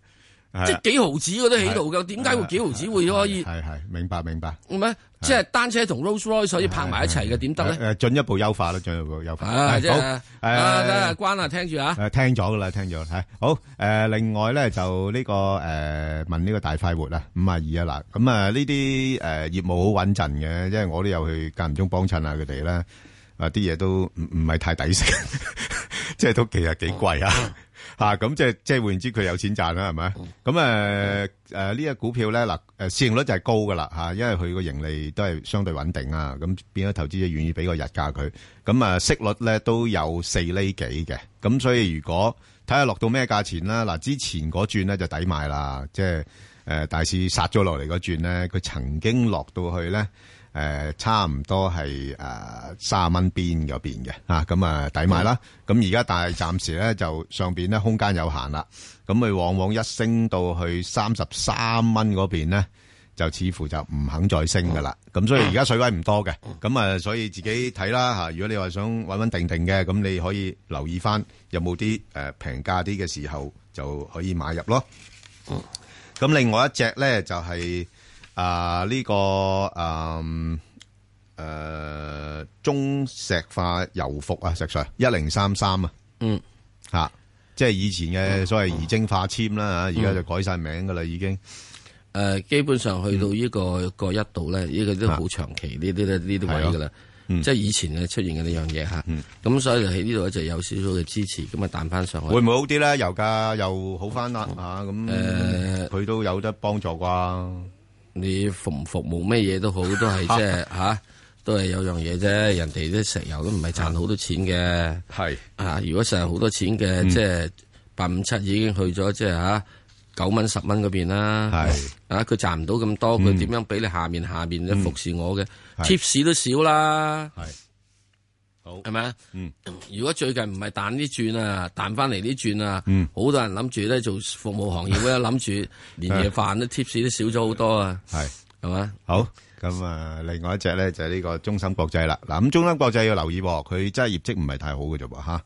啊
即係幾毫子嗰都喺度㗎，點解會幾毫子會可以？
係啊係明白明白。
唔係，即係單車同 Rolls Royce 可以拍埋一齊嘅，點得咧？
誒，進一步優化啦，進一步優化。
啊，
啊係
即
好
係啊，啊
誒
關啊，聽住啊，
誒，聽咗噶啦，聽咗係好誒。另外咧就呢個誒問呢個大快活啊，五啊二啊嗱，咁啊呢啲誒業務好穩陣嘅，因為我都有去間唔中幫襯下佢哋啦。啊，啲嘢都唔唔係太抵食， 即係都其實幾貴啊。吓咁即係即係換言之，佢有錢賺啦，係咪？咁誒誒呢個股票咧嗱誒市盈率就係高噶啦嚇，因為佢個盈利都係相對穩定啊，咁變咗投資者願意俾個日價佢。咁啊息率咧都有四厘幾嘅，咁所以如果睇下落到咩價錢啦，嗱之前嗰轉咧就抵呃買啦，即係誒大市殺咗落嚟嗰轉咧，佢曾經落到去咧誒差唔多係誒卅蚊邊嗰邊嘅啊，咁啊抵買啦。咁而家但係暫時咧就上邊咧空間有限啦，咁佢往往一升到去三十三蚊嗰邊咧。就似乎就唔肯再升噶啦，咁所以而家水位唔多嘅，咁啊所以自己睇啦嚇。如果你話想穩穩定定嘅，咁你可以留意翻有冇啲誒平價啲嘅時候就可以買入咯。咁另外一隻咧就係啊呢個啊誒中石化油服啊，石 Sir 一零三三啊，
嗯
嚇，即係以前嘅所謂儀征化纖啦嚇，而家就改晒名噶啦已經。
誒，呃基本上去
嗯
到呢個個一度咧，呢個
啊
都好長期呢啲呢啲位噶啦，
嗯
即係以前嘅出現嘅呢樣嘢嚇。咁所以喺呢度就有少少嘅支持，咁啊彈翻上去。
會唔會好啲咧？油價又好翻啦嚇，咁
誒
佢都有得幫助啩？
呃你服唔服務咩嘢都好，都係即係嚇，都係有樣嘢啫。人哋啲石油都唔係賺好多錢嘅，
係
啊！如果賺好多錢
嗯
嘅，即係八五七已經去咗即係嚇九蚊十蚊嗰邊啦。
係
啊，佢賺唔到咁多，
嗯
佢點樣俾你下面下面咧服侍我嘅？tips 都少啦。
係好
係咪啊？
嗯，
如果最近唔係彈啲轉啊，彈翻嚟啲轉啊，
嗯
好多人諗住咧做服務行業 咧，諗住年夜飯咧 tips 都少咗好多啊。
係
係嘛？
好，咁啊，另外一隻咧就係呢個中芯國際啦。嗱，咁中芯國際要留意喎，佢真係業績唔係太好嘅啫噃吓。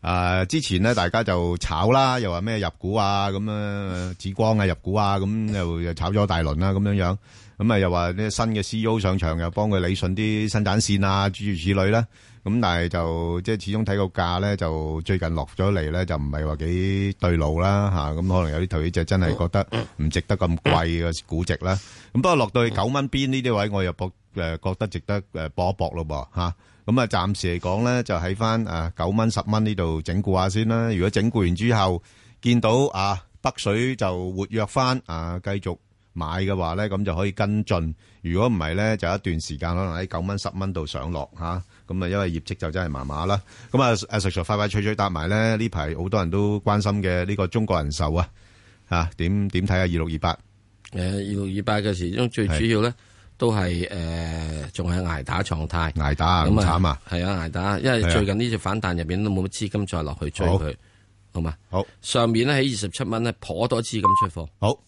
啊，之前咧大家就炒啦，又話咩入股啊，咁啊紫光啊入股啊，咁又又炒咗大輪啦，咁樣樣。咁啊又話呢新嘅 CEO 上場，又幫佢理順啲生產線啊，諸如此類啦。咁但係就即係始終睇個價咧，就最近落咗嚟咧，就唔係話幾對路啦吓。咁、可能有啲投資者真係覺得唔值得咁貴嘅估值啦。咁不過落到去九蚊邊呢啲位，我又博誒、覺得值得誒搏一搏咯噃嚇。咁啊，暫時嚟講咧，就喺翻啊九蚊十蚊呢度整固下先啦。如果整固完之後，見到啊北水就活躍翻啊，繼續買嘅話咧，咁就可以跟進。如果唔係咧，就一段時間可能喺九蚊十蚊度上落嚇。咁啊，因為業績就真係麻麻啦。咁啊，誒實在快快脆脆搭埋咧，呢排好多人都關心嘅呢個中國人壽啊嚇，點點睇啊？二六二八
誒二六二八嘅時鐘最主要咧都係誒仲係挨打狀態，
挨打咁慘啊！
係啊，挨打，因為
係啊
最近呢只反彈入邊都冇乜資金再落去追
好
佢，好嘛？
好
上面咧喺二十七蚊咧，頗多資金出貨，
好